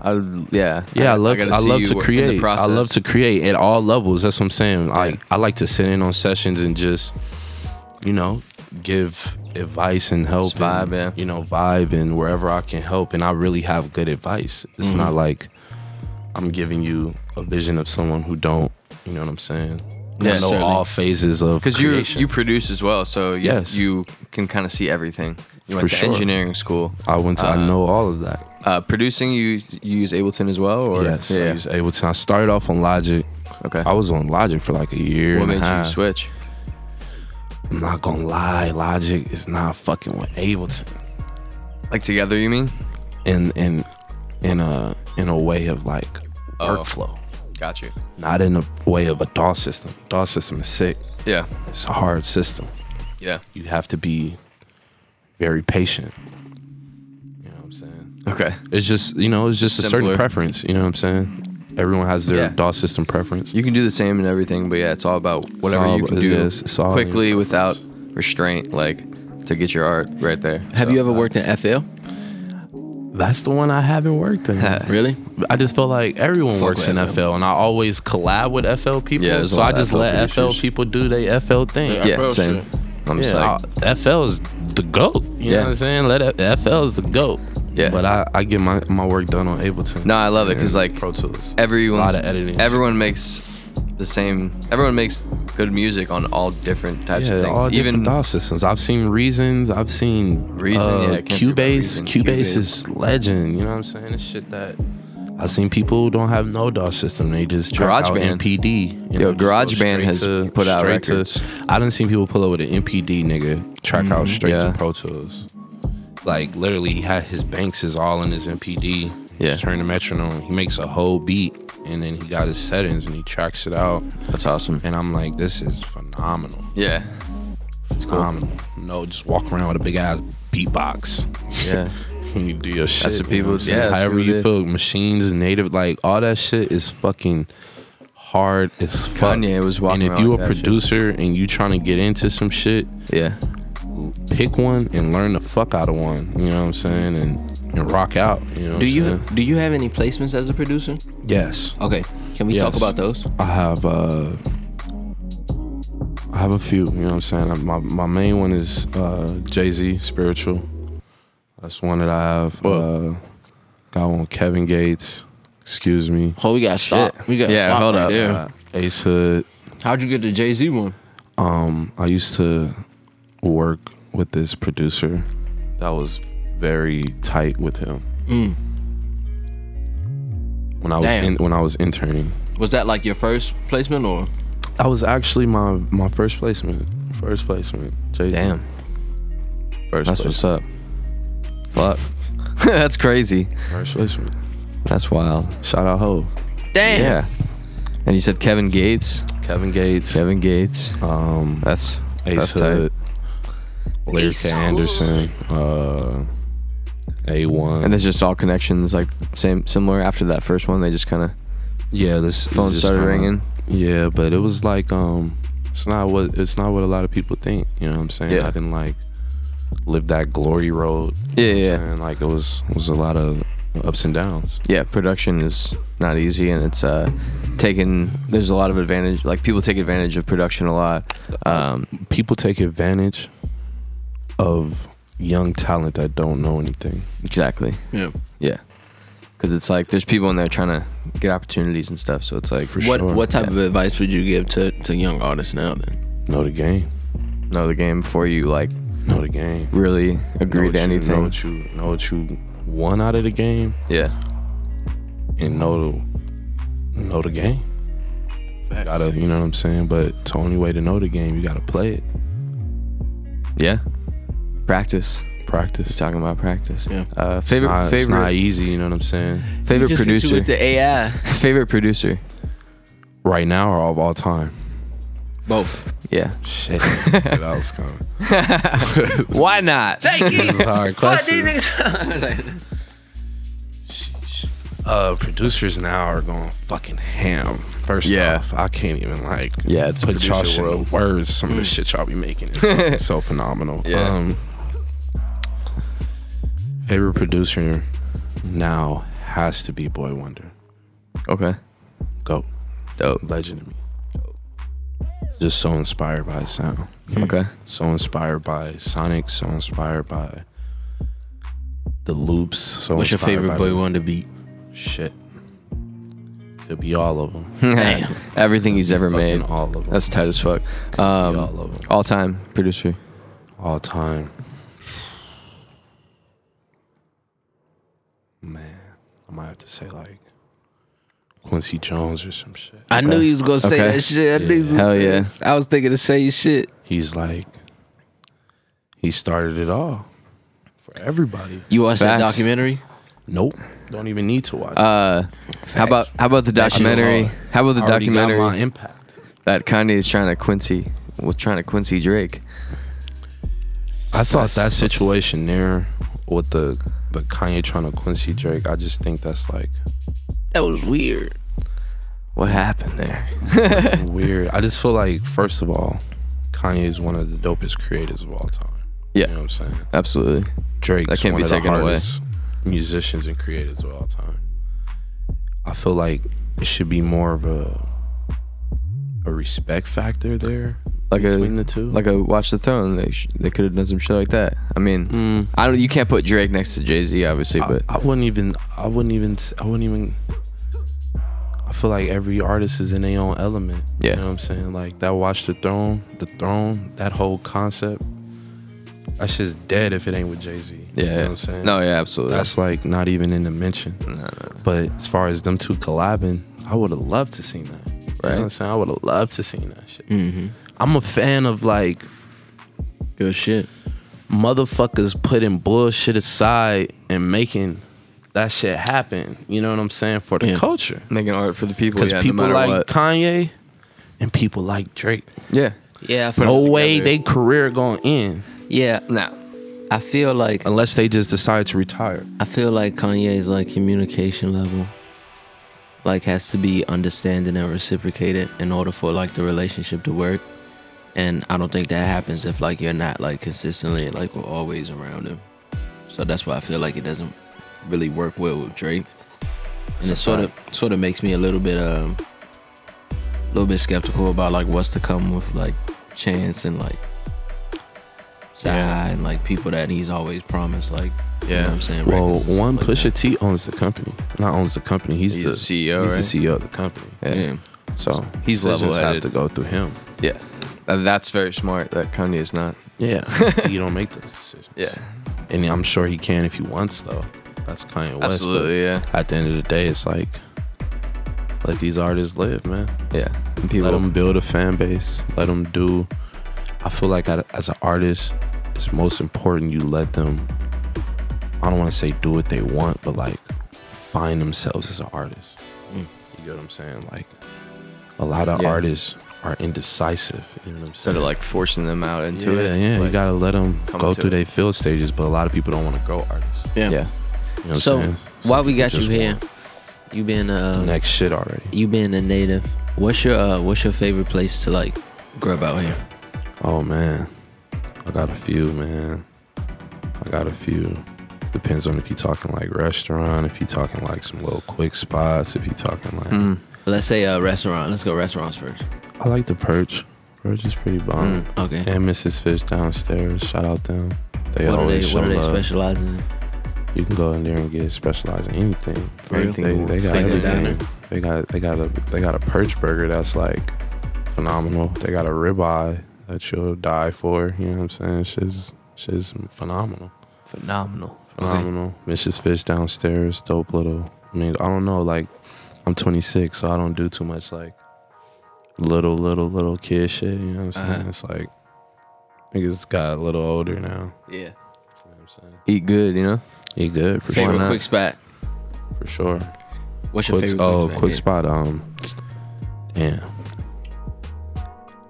[SPEAKER 3] I yeah
[SPEAKER 4] Yeah, I, love
[SPEAKER 3] gotta
[SPEAKER 4] to, I
[SPEAKER 3] see
[SPEAKER 4] love
[SPEAKER 3] you
[SPEAKER 4] to
[SPEAKER 3] in the
[SPEAKER 4] create. I
[SPEAKER 3] process.
[SPEAKER 4] love to create at all levels. That's what I'm saying. Like
[SPEAKER 3] Yeah.
[SPEAKER 4] I like to sit in on sessions and just, you know, give advice and help.
[SPEAKER 3] Just vibe,
[SPEAKER 4] and,
[SPEAKER 3] yeah.
[SPEAKER 4] You know, vibe and wherever I can help. And I really have good advice. It's
[SPEAKER 3] Mm-hmm.
[SPEAKER 4] not like I'm giving you a vision of someone who don't. You know what I'm saying?
[SPEAKER 3] Yeah,
[SPEAKER 4] I know
[SPEAKER 3] certainly.
[SPEAKER 4] all phases of
[SPEAKER 3] because you
[SPEAKER 4] creation.
[SPEAKER 3] you produce as well, so you,
[SPEAKER 4] Yes.
[SPEAKER 3] you can kind of see everything. You went
[SPEAKER 4] For
[SPEAKER 3] to
[SPEAKER 4] sure.
[SPEAKER 3] engineering school.
[SPEAKER 4] I went. To,
[SPEAKER 3] uh,
[SPEAKER 4] I know all of that.
[SPEAKER 3] Uh, producing, you you use Ableton as well, or
[SPEAKER 4] yes,
[SPEAKER 3] yeah,
[SPEAKER 4] I was able to. I started off on Logic.
[SPEAKER 3] okay.
[SPEAKER 4] I was on Logic for like a year.
[SPEAKER 3] what
[SPEAKER 4] and a
[SPEAKER 3] made you
[SPEAKER 4] half.
[SPEAKER 3] switch?
[SPEAKER 4] I'm not gonna lie, Logic is not fucking with Ableton.
[SPEAKER 3] Like together, you mean?
[SPEAKER 4] In in in a in a way of like
[SPEAKER 3] Oh.
[SPEAKER 4] workflow.
[SPEAKER 3] Got you.
[SPEAKER 4] Not in a way of a DAW system. DAW system is sick.
[SPEAKER 3] Yeah,
[SPEAKER 4] It's a hard system.
[SPEAKER 3] yeah.
[SPEAKER 4] You have to be very patient. You know what I'm saying?
[SPEAKER 3] Okay,
[SPEAKER 4] It's just you know, it's just a certain
[SPEAKER 3] Simpler.
[SPEAKER 4] preference, you know what I'm saying? Everyone has their
[SPEAKER 3] Yeah.
[SPEAKER 4] DAW system preference.
[SPEAKER 3] you can do the same and everything, but yeah, it's all about whatever
[SPEAKER 4] all-
[SPEAKER 3] you can
[SPEAKER 4] it
[SPEAKER 3] do
[SPEAKER 4] is. It's all-
[SPEAKER 3] quickly without restraint, like to get your art right there.
[SPEAKER 2] Have
[SPEAKER 3] So,
[SPEAKER 2] you ever
[SPEAKER 4] uh,
[SPEAKER 2] worked in FL?
[SPEAKER 4] That's the one I haven't worked in.
[SPEAKER 2] Really?
[SPEAKER 4] I just feel like everyone works in
[SPEAKER 2] with
[SPEAKER 4] FL. and I always collab with FL people.
[SPEAKER 3] Yeah, there's a
[SPEAKER 4] so
[SPEAKER 3] lot
[SPEAKER 4] I
[SPEAKER 3] of
[SPEAKER 4] just
[SPEAKER 3] FL
[SPEAKER 4] let
[SPEAKER 3] producers.
[SPEAKER 4] FL people do they FL thing.
[SPEAKER 3] Yeah, same. I'm just
[SPEAKER 4] Yeah,
[SPEAKER 3] like,
[SPEAKER 4] I- FL is the goat. You
[SPEAKER 3] Yeah.
[SPEAKER 4] know what I'm saying? Let F- FL is the goat.
[SPEAKER 3] Yeah.
[SPEAKER 4] But I, I get my, my work done on Ableton.
[SPEAKER 3] No, I love it, 'cause, like,
[SPEAKER 4] Pro Tools.
[SPEAKER 3] everyone
[SPEAKER 4] Lot of editing.
[SPEAKER 3] everyone makes the same everyone makes good music on all different types of
[SPEAKER 4] yeah,
[SPEAKER 3] things
[SPEAKER 4] all
[SPEAKER 3] even
[SPEAKER 4] different DAW systems. I've seen Reasons. I've seen
[SPEAKER 3] Reason,
[SPEAKER 4] uh,
[SPEAKER 3] yeah, I can't forget about
[SPEAKER 4] Cubase.
[SPEAKER 3] Reason.
[SPEAKER 4] Cubase.
[SPEAKER 3] Cubase.
[SPEAKER 4] is legend. You know what I'm saying? It's shit that I've seen people who don't have no DAW system. They just check out
[SPEAKER 3] GarageBand.
[SPEAKER 4] MPD. you
[SPEAKER 3] Yo,
[SPEAKER 4] just go
[SPEAKER 3] GarageBand
[SPEAKER 4] straight
[SPEAKER 3] has put out
[SPEAKER 4] straight to-
[SPEAKER 3] records. Mm-hmm.
[SPEAKER 4] I done seen people pull up with an MPD nigga track out straight
[SPEAKER 3] yeah.
[SPEAKER 4] to Pro Tools. Like literally, he had his banks is all in his MPD.
[SPEAKER 3] Yeah.
[SPEAKER 4] Just turn the metronome. He makes a whole beat, and then he got his settings and he tracks it out.
[SPEAKER 3] that's awesome
[SPEAKER 4] And I'm like, this is phenomenal.
[SPEAKER 3] yeah it's cool
[SPEAKER 4] Um, no, just walk around with a big ass beatbox.
[SPEAKER 3] yeah
[SPEAKER 4] When you do your shit.
[SPEAKER 3] what people-
[SPEAKER 4] what I'm saying?
[SPEAKER 3] yeah, that's what
[SPEAKER 4] however
[SPEAKER 3] people
[SPEAKER 4] you
[SPEAKER 3] did.
[SPEAKER 4] feel, machines, native, like all that shit is fucking hard as fuck.
[SPEAKER 3] Kanye was walking
[SPEAKER 4] And if
[SPEAKER 3] around
[SPEAKER 4] you
[SPEAKER 3] with
[SPEAKER 4] a
[SPEAKER 3] that shit.
[SPEAKER 4] producer and you trying to get into some shit,
[SPEAKER 3] yeah
[SPEAKER 4] pick one and learn the fuck out of one. You know what I'm saying? And and rock out. You know. what
[SPEAKER 2] Do
[SPEAKER 4] I'm
[SPEAKER 2] you
[SPEAKER 4] saying?
[SPEAKER 2] do you have any placements as a producer?
[SPEAKER 4] Yes.
[SPEAKER 2] Okay. Can we talk
[SPEAKER 4] Yes.
[SPEAKER 2] about those?
[SPEAKER 4] I have uh I have a few, you know what I'm saying? I, my my main one is uh Jay-Z spiritual. That's one that I have. Uh got one with Kevin Gates, excuse me.
[SPEAKER 2] Oh, we got stop. We got
[SPEAKER 3] Yeah,
[SPEAKER 2] stop
[SPEAKER 3] hold
[SPEAKER 2] right
[SPEAKER 3] up.
[SPEAKER 2] there.
[SPEAKER 4] Uh, Ace Hood.
[SPEAKER 2] How'd you get the Jay Z one?
[SPEAKER 4] Um I used to work with this producer that was very tight with him. When I was
[SPEAKER 2] Damn.
[SPEAKER 4] in, when I was interning.
[SPEAKER 2] Was that like your first placement or?
[SPEAKER 4] That was actually my my first placement. First placement. Jay-Z.
[SPEAKER 3] damn
[SPEAKER 4] First
[SPEAKER 3] That's
[SPEAKER 4] place.
[SPEAKER 3] what's up. Fuck. That's crazy.
[SPEAKER 4] First place.
[SPEAKER 3] That's wild.
[SPEAKER 4] Shout out Ho.
[SPEAKER 2] Damn.
[SPEAKER 3] Yeah. And you said Kevin Gates.
[SPEAKER 4] Kevin Gates.
[SPEAKER 3] Kevin Gates.
[SPEAKER 4] Um,
[SPEAKER 3] That's
[SPEAKER 4] Ace
[SPEAKER 3] that's tight.
[SPEAKER 4] Hood. Larry
[SPEAKER 2] Ace
[SPEAKER 4] Anderson. Uh, A1.
[SPEAKER 3] And it's just all connections, like same similar. After that first one, they just kind of
[SPEAKER 4] yeah, this
[SPEAKER 3] phone
[SPEAKER 4] it's just
[SPEAKER 3] started
[SPEAKER 4] kinda-
[SPEAKER 3] ringing.
[SPEAKER 4] Yeah, but it was like um, it's not what it's not what a lot of people think. You know what I'm saying?
[SPEAKER 3] Yeah.
[SPEAKER 4] I didn't like live that glory road. you
[SPEAKER 3] Yeah,
[SPEAKER 4] know
[SPEAKER 3] yeah,
[SPEAKER 4] what I'm
[SPEAKER 3] yeah.
[SPEAKER 4] saying? Like it was it was a lot of ups and downs.
[SPEAKER 3] yeah. Production is not easy, and it's uh taken. There's a lot of advantage. Like people take advantage of production a lot. Um,
[SPEAKER 4] People take advantage of young talent that don't know anything.
[SPEAKER 3] exactly.
[SPEAKER 2] Yeah.
[SPEAKER 3] Yeah. Because it's like there's people in there trying to get opportunities and stuff. So it's like
[SPEAKER 4] For
[SPEAKER 2] What
[SPEAKER 4] sure.
[SPEAKER 2] What type of advice would you give to to young artists now? Then
[SPEAKER 4] Know the game.
[SPEAKER 3] know the game before you like
[SPEAKER 4] Know the game.
[SPEAKER 3] really agree
[SPEAKER 4] know what you-
[SPEAKER 3] to anything.
[SPEAKER 4] Know what you know what you want out of the game,
[SPEAKER 3] yeah.
[SPEAKER 4] and know know the game. Gotta, you know what I'm saying. But it's the only way to know the game, you gotta play it.
[SPEAKER 3] Yeah. Practice.
[SPEAKER 4] Practice.
[SPEAKER 3] Talking about practice.
[SPEAKER 2] Yeah.
[SPEAKER 3] Uh,
[SPEAKER 4] It's
[SPEAKER 3] favorite
[SPEAKER 4] not- It's not
[SPEAKER 3] favorite
[SPEAKER 4] easy. You know what I'm saying.
[SPEAKER 3] favorite
[SPEAKER 2] Just hit you
[SPEAKER 3] producer.
[SPEAKER 2] with the AI.
[SPEAKER 3] favorite producer.
[SPEAKER 4] Right now or of all time.
[SPEAKER 2] Both.
[SPEAKER 3] Yeah.
[SPEAKER 4] Shit, that was coming.
[SPEAKER 3] Why not?
[SPEAKER 2] Take it.
[SPEAKER 4] This is hard
[SPEAKER 2] Fuck these
[SPEAKER 4] questions.
[SPEAKER 2] niggas. I was like,
[SPEAKER 4] Uh, producers now are going fucking ham. First
[SPEAKER 3] Yeah.
[SPEAKER 4] off, I can't even like
[SPEAKER 3] Yeah, it's
[SPEAKER 4] put y'all
[SPEAKER 3] producer
[SPEAKER 4] shit in
[SPEAKER 3] world. Mm.
[SPEAKER 4] words. Some of the shit y'all be making is fucking so phenomenal.
[SPEAKER 3] Yeah.
[SPEAKER 4] Um, favorite producer now has to be Boy Wonder.
[SPEAKER 3] Okay.
[SPEAKER 4] Go,
[SPEAKER 3] Dope.
[SPEAKER 4] legend to me. Just so inspired by his sound.
[SPEAKER 2] Mm.
[SPEAKER 3] Okay.
[SPEAKER 4] so inspired by Sonic, so inspired by the loops. So
[SPEAKER 2] What's your
[SPEAKER 4] inspired
[SPEAKER 2] favorite
[SPEAKER 4] by
[SPEAKER 2] Boy
[SPEAKER 4] the-
[SPEAKER 2] Wonder beat?
[SPEAKER 4] Shit, could be all of them.
[SPEAKER 2] Damn.
[SPEAKER 3] Everything he's Hmm, ever
[SPEAKER 4] Fucking
[SPEAKER 3] made.
[SPEAKER 4] all of them.
[SPEAKER 3] That's tight as fuck.
[SPEAKER 4] all
[SPEAKER 3] Um,
[SPEAKER 4] of 'em.
[SPEAKER 3] all time producer.
[SPEAKER 4] all time. Man, I might have to say like Quincy Jones or some shit.
[SPEAKER 2] I knew he was gonna say
[SPEAKER 3] Okay.
[SPEAKER 2] that shit. I knew he was gonna
[SPEAKER 3] Hell
[SPEAKER 2] say
[SPEAKER 3] yeah.
[SPEAKER 2] this. I was thinking the same shit.
[SPEAKER 4] He's like, he started it all for everybody.
[SPEAKER 2] You watched that
[SPEAKER 3] Facts.
[SPEAKER 2] documentary?
[SPEAKER 4] Nope, don't even need to watch.
[SPEAKER 3] Uh, how about how about the
[SPEAKER 2] shit was
[SPEAKER 3] documentary?
[SPEAKER 2] hard.
[SPEAKER 3] How about the
[SPEAKER 4] I already got
[SPEAKER 3] documentary
[SPEAKER 4] my impact.
[SPEAKER 3] that Kanye is trying to Quincy was trying to Quincy Drake?
[SPEAKER 4] I thought that situation there with the the Kanye trying to Quincy Drake, I just think that's like
[SPEAKER 2] That was weird.
[SPEAKER 3] What happened there?
[SPEAKER 4] weird. I just feel like first of all, Kanye is one of the dopest creators of all time. You know
[SPEAKER 3] Yeah,
[SPEAKER 4] what I'm saying?
[SPEAKER 3] absolutely.
[SPEAKER 4] Drake
[SPEAKER 3] That can't
[SPEAKER 4] one
[SPEAKER 3] be
[SPEAKER 4] of the
[SPEAKER 3] taken away.
[SPEAKER 4] hardest musicians and creators of all time. I feel like it should be more of a a respect factor there
[SPEAKER 3] Like a
[SPEAKER 4] between the two.
[SPEAKER 3] like a Watch the Throne. They sh- they could have done some shit like that. I mean, I don't. You can't put Drake next to Jay Z, obviously,
[SPEAKER 4] Mm. I,
[SPEAKER 3] but
[SPEAKER 4] I wouldn't even. I wouldn't even. s- I wouldn't even. I feel like every artist is in their own element.
[SPEAKER 3] Yeah.
[SPEAKER 4] You know what I'm saying? Like that Watch the Throne, the throne, that whole concept. That shit's dead if it ain't with Jay Z.
[SPEAKER 3] yeah.
[SPEAKER 4] You know what I'm saying?
[SPEAKER 3] No, yeah, absolutely.
[SPEAKER 4] That's like not even in the mention. But as far as them two collabing, I would have loved to seen that. You know
[SPEAKER 3] Right.
[SPEAKER 4] what I'm saying? I would have loved to seen that shit.
[SPEAKER 2] Mm-hmm.
[SPEAKER 4] I'm a fan of like
[SPEAKER 2] Good shit.
[SPEAKER 4] motherfuckers putting bullshit aside and making that shit happen. You know what I'm saying? For the
[SPEAKER 2] Yeah.
[SPEAKER 4] culture.
[SPEAKER 3] making art for the people.
[SPEAKER 4] Because
[SPEAKER 3] Yeah, no
[SPEAKER 4] people
[SPEAKER 3] matter
[SPEAKER 4] like
[SPEAKER 3] what.
[SPEAKER 4] Kanye and people like Drake.
[SPEAKER 3] yeah.
[SPEAKER 2] Yeah. I
[SPEAKER 4] No way they career gonna end
[SPEAKER 2] Yeah.
[SPEAKER 3] Nah.
[SPEAKER 2] I feel like
[SPEAKER 4] unless they just decide to retire.
[SPEAKER 2] I feel like Kanye's like communication level like has to be understanding and reciprocated in order for like the relationship to work. And I don't think that happens if like you're not like consistently like we're always around him. So that's why I feel like it doesn't really work well with Drake. And it sort of sort of makes me a little bit um a little bit skeptical about like what's to come with like chance and like Psy and like people that he's always promised like you know
[SPEAKER 3] Yeah.
[SPEAKER 2] what I'm saying
[SPEAKER 4] Well,
[SPEAKER 2] records and
[SPEAKER 4] one
[SPEAKER 2] stuff like
[SPEAKER 4] Pusha T owns the company. Not owns the company. He's,
[SPEAKER 3] He's
[SPEAKER 4] the,
[SPEAKER 3] the CEO,
[SPEAKER 4] He's
[SPEAKER 3] right?
[SPEAKER 4] the CEO of the company.
[SPEAKER 2] that.
[SPEAKER 3] Yeah.
[SPEAKER 2] Yeah.
[SPEAKER 4] So
[SPEAKER 3] He's
[SPEAKER 4] decisions
[SPEAKER 3] level-headed.
[SPEAKER 4] Have to go through him.
[SPEAKER 3] Yeah. Uh, That's very smart. That Kanye is not.
[SPEAKER 4] Yeah, he don't make those decisions.
[SPEAKER 3] Yeah.
[SPEAKER 4] and I'm sure he can if he wants though. That's Kanye West. but-
[SPEAKER 3] Absolutely. Yeah.
[SPEAKER 4] at the end of the day, it's like let these artists live, man.
[SPEAKER 3] Yeah. And
[SPEAKER 4] Let
[SPEAKER 3] people.
[SPEAKER 4] them build a fan base. Let them do. I feel like I, as an artist, it's most important you let them I don't want to say do what they want, but like find themselves as an artist. You get what I'm saying? Like a lot of
[SPEAKER 3] Mm. Yeah.
[SPEAKER 4] artists are indecisive. You know what I'm saying?
[SPEAKER 3] instead of like forcing them out into
[SPEAKER 4] yeah,
[SPEAKER 3] it.
[SPEAKER 4] yeah. you
[SPEAKER 3] like,
[SPEAKER 4] gotta let them
[SPEAKER 3] come
[SPEAKER 4] go
[SPEAKER 3] to
[SPEAKER 4] through
[SPEAKER 3] it.
[SPEAKER 4] their field stages, but a lot of people don't want to grow artists.
[SPEAKER 2] Yeah.
[SPEAKER 3] yeah.
[SPEAKER 4] You know what
[SPEAKER 2] so
[SPEAKER 4] I'm saying?
[SPEAKER 2] while we got you
[SPEAKER 4] Just
[SPEAKER 2] here,
[SPEAKER 4] want
[SPEAKER 2] you being
[SPEAKER 4] the
[SPEAKER 2] a
[SPEAKER 4] next shit already.
[SPEAKER 2] you being a native, what's your uh, what's your favorite place to like grub out here?
[SPEAKER 4] Oh man, I got a few, man. I got a few. Depends on if you're talking like restaurant, if you're talking like some little quick spots, if you're talking like
[SPEAKER 3] Mm.
[SPEAKER 2] Let's say a restaurant. Let's go restaurants first. Mm,
[SPEAKER 4] I like the perch. Perch is pretty
[SPEAKER 3] Mm.
[SPEAKER 4] bomb.
[SPEAKER 2] Okay.
[SPEAKER 4] And Mrs. Fish downstairs. Shout out them. They
[SPEAKER 2] what are
[SPEAKER 4] always
[SPEAKER 2] they what are
[SPEAKER 4] show
[SPEAKER 2] they
[SPEAKER 4] love.
[SPEAKER 2] specializing in?
[SPEAKER 4] You can go in there and get specialized in anything.
[SPEAKER 2] real?
[SPEAKER 4] They, they got
[SPEAKER 2] Take it down
[SPEAKER 4] everything. They got they got a they got a perch burger that's like phenomenal. They got a ribeye that you'll die for. You know what I'm saying? Shit's shit's phenomenal.
[SPEAKER 3] Phenomenal.
[SPEAKER 4] Phenomenal. Mrs. Fish downstairs, dope little. I mean, I don't know. Like, I'm 26, so I don't do too much like little, little, little kid shit. You know what I'm saying?
[SPEAKER 2] Uh-huh.
[SPEAKER 4] It's like niggas got a little older now.
[SPEAKER 2] Yeah.
[SPEAKER 4] You know what I'm saying?
[SPEAKER 3] Eat good, you know?
[SPEAKER 4] He good for
[SPEAKER 3] Why
[SPEAKER 2] Favorite
[SPEAKER 3] not?
[SPEAKER 2] quick spot.
[SPEAKER 4] sure. For sure.
[SPEAKER 2] What's your
[SPEAKER 4] Quick,
[SPEAKER 2] favorite?
[SPEAKER 4] oh,
[SPEAKER 2] spot?
[SPEAKER 4] quick
[SPEAKER 2] Yeah.
[SPEAKER 4] spot. Um, damn.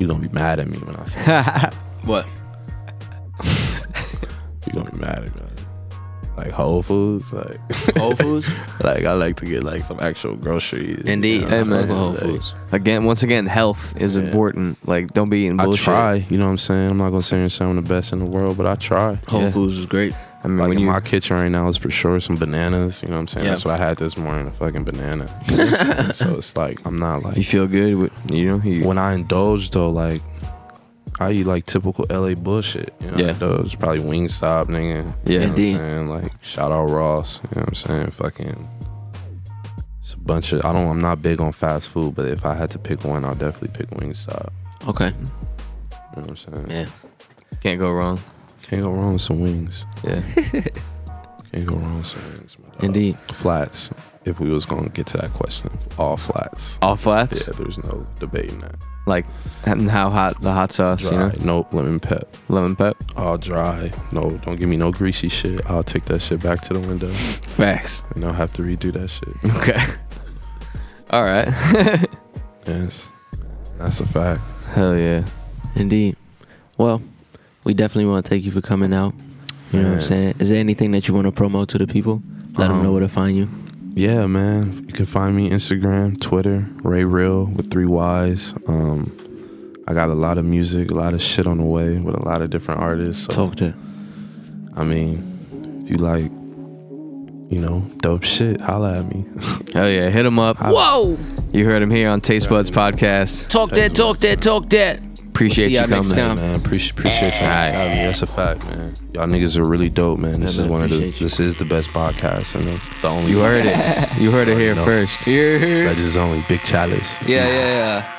[SPEAKER 4] You gonna be mad at me when I say
[SPEAKER 2] What?
[SPEAKER 4] you gonna be mad at me. Like Whole Foods, like
[SPEAKER 2] Whole Foods.
[SPEAKER 4] like I like to get like some actual groceries. you
[SPEAKER 2] Indeed.
[SPEAKER 4] know what
[SPEAKER 2] I
[SPEAKER 4] I'm
[SPEAKER 3] Hey, man.
[SPEAKER 2] fuck
[SPEAKER 4] saying?
[SPEAKER 2] with Whole
[SPEAKER 4] Like,
[SPEAKER 2] Foods.
[SPEAKER 3] Again, once again, health is
[SPEAKER 4] Yeah.
[SPEAKER 3] important. Like, don't be eating
[SPEAKER 4] I
[SPEAKER 3] bullshit.
[SPEAKER 4] try, you know what I'm saying? I'm not gonna say and say I'm the best in the world, but I try.
[SPEAKER 2] Whole
[SPEAKER 3] Yeah.
[SPEAKER 2] Foods is great.
[SPEAKER 3] I mean,
[SPEAKER 4] Like
[SPEAKER 3] when
[SPEAKER 4] in
[SPEAKER 3] you,
[SPEAKER 4] my kitchen right now is for sure some bananas, you know what I'm saying?
[SPEAKER 2] Yeah.
[SPEAKER 4] That's what I had this morning, a fucking banana. so it's like I'm not
[SPEAKER 3] you
[SPEAKER 4] like
[SPEAKER 3] feel good, with, you know? You,
[SPEAKER 4] when I indulge though, like I eat like typical LA bullshit. You know,
[SPEAKER 3] Yeah.
[SPEAKER 4] those probably Wingstop, nigga.
[SPEAKER 3] Yeah.
[SPEAKER 4] you know what I'm
[SPEAKER 2] Indeed.
[SPEAKER 4] saying? Like shout out Ross. You know what I'm saying? Fucking, it's a bunch of. I don't. I'm not big on fast food, but if I had to pick one, I'll definitely pick Wingstop.
[SPEAKER 2] Okay.
[SPEAKER 4] You know what I'm saying?
[SPEAKER 2] Yeah.
[SPEAKER 3] can't go wrong.
[SPEAKER 4] Can't go wrong with some wings.
[SPEAKER 3] Yeah.
[SPEAKER 4] Can't go wrong with some wings. My dog.
[SPEAKER 2] Indeed.
[SPEAKER 4] Flats. If we was gonna get to that question, all flats.
[SPEAKER 3] All flats?
[SPEAKER 4] Yeah, there's no debating that.
[SPEAKER 3] Like, and how hot the hot sauce,
[SPEAKER 4] Dry,
[SPEAKER 3] you know?
[SPEAKER 4] nope, lemon pep.
[SPEAKER 3] Lemon pep.
[SPEAKER 4] all dry. No, don't give me no greasy shit. I'll take that shit back to the window
[SPEAKER 3] Facts.
[SPEAKER 4] and I'll have to redo that shit.
[SPEAKER 3] Okay. All right.
[SPEAKER 4] Yes. That's a fact.
[SPEAKER 3] Hell yeah.
[SPEAKER 2] Indeed. Well, we definitely want to thank you for coming out. You know what I'm
[SPEAKER 4] Yeah.
[SPEAKER 2] saying? Is there anything that you want to promote to the people? Let them
[SPEAKER 4] Um,
[SPEAKER 2] know where to find you.
[SPEAKER 4] Yeah, man. You can find me Instagram, Twitter, Ray Real with three Y's. Um I got a lot of music, a lot of shit on the way with a lot of different artists. So,
[SPEAKER 2] Talk to.
[SPEAKER 4] I mean, if you like, you know, dope shit, holla at me.
[SPEAKER 3] Hell yeah. Hit him up.
[SPEAKER 2] Whoa!
[SPEAKER 3] You heard him here on Taste Buds Podcast.
[SPEAKER 2] Talk that, talk that, talk that.
[SPEAKER 3] Appreciate
[SPEAKER 2] We'll see
[SPEAKER 3] you
[SPEAKER 2] y'all next time.
[SPEAKER 3] coming.
[SPEAKER 4] man, appreciate, appreciate y'all
[SPEAKER 3] Aight.
[SPEAKER 4] having me. That's a fact, man. Y'all niggas are really dope, man. This
[SPEAKER 2] Yeah,
[SPEAKER 4] is
[SPEAKER 2] man,
[SPEAKER 4] one of the
[SPEAKER 2] appreciate you.
[SPEAKER 4] this is the best podcast and the the only
[SPEAKER 3] You
[SPEAKER 4] one.
[SPEAKER 3] heard it. You heard it here
[SPEAKER 4] No.
[SPEAKER 3] first. Yeah,
[SPEAKER 4] Legends only, big chalice.
[SPEAKER 3] yeah, yeah.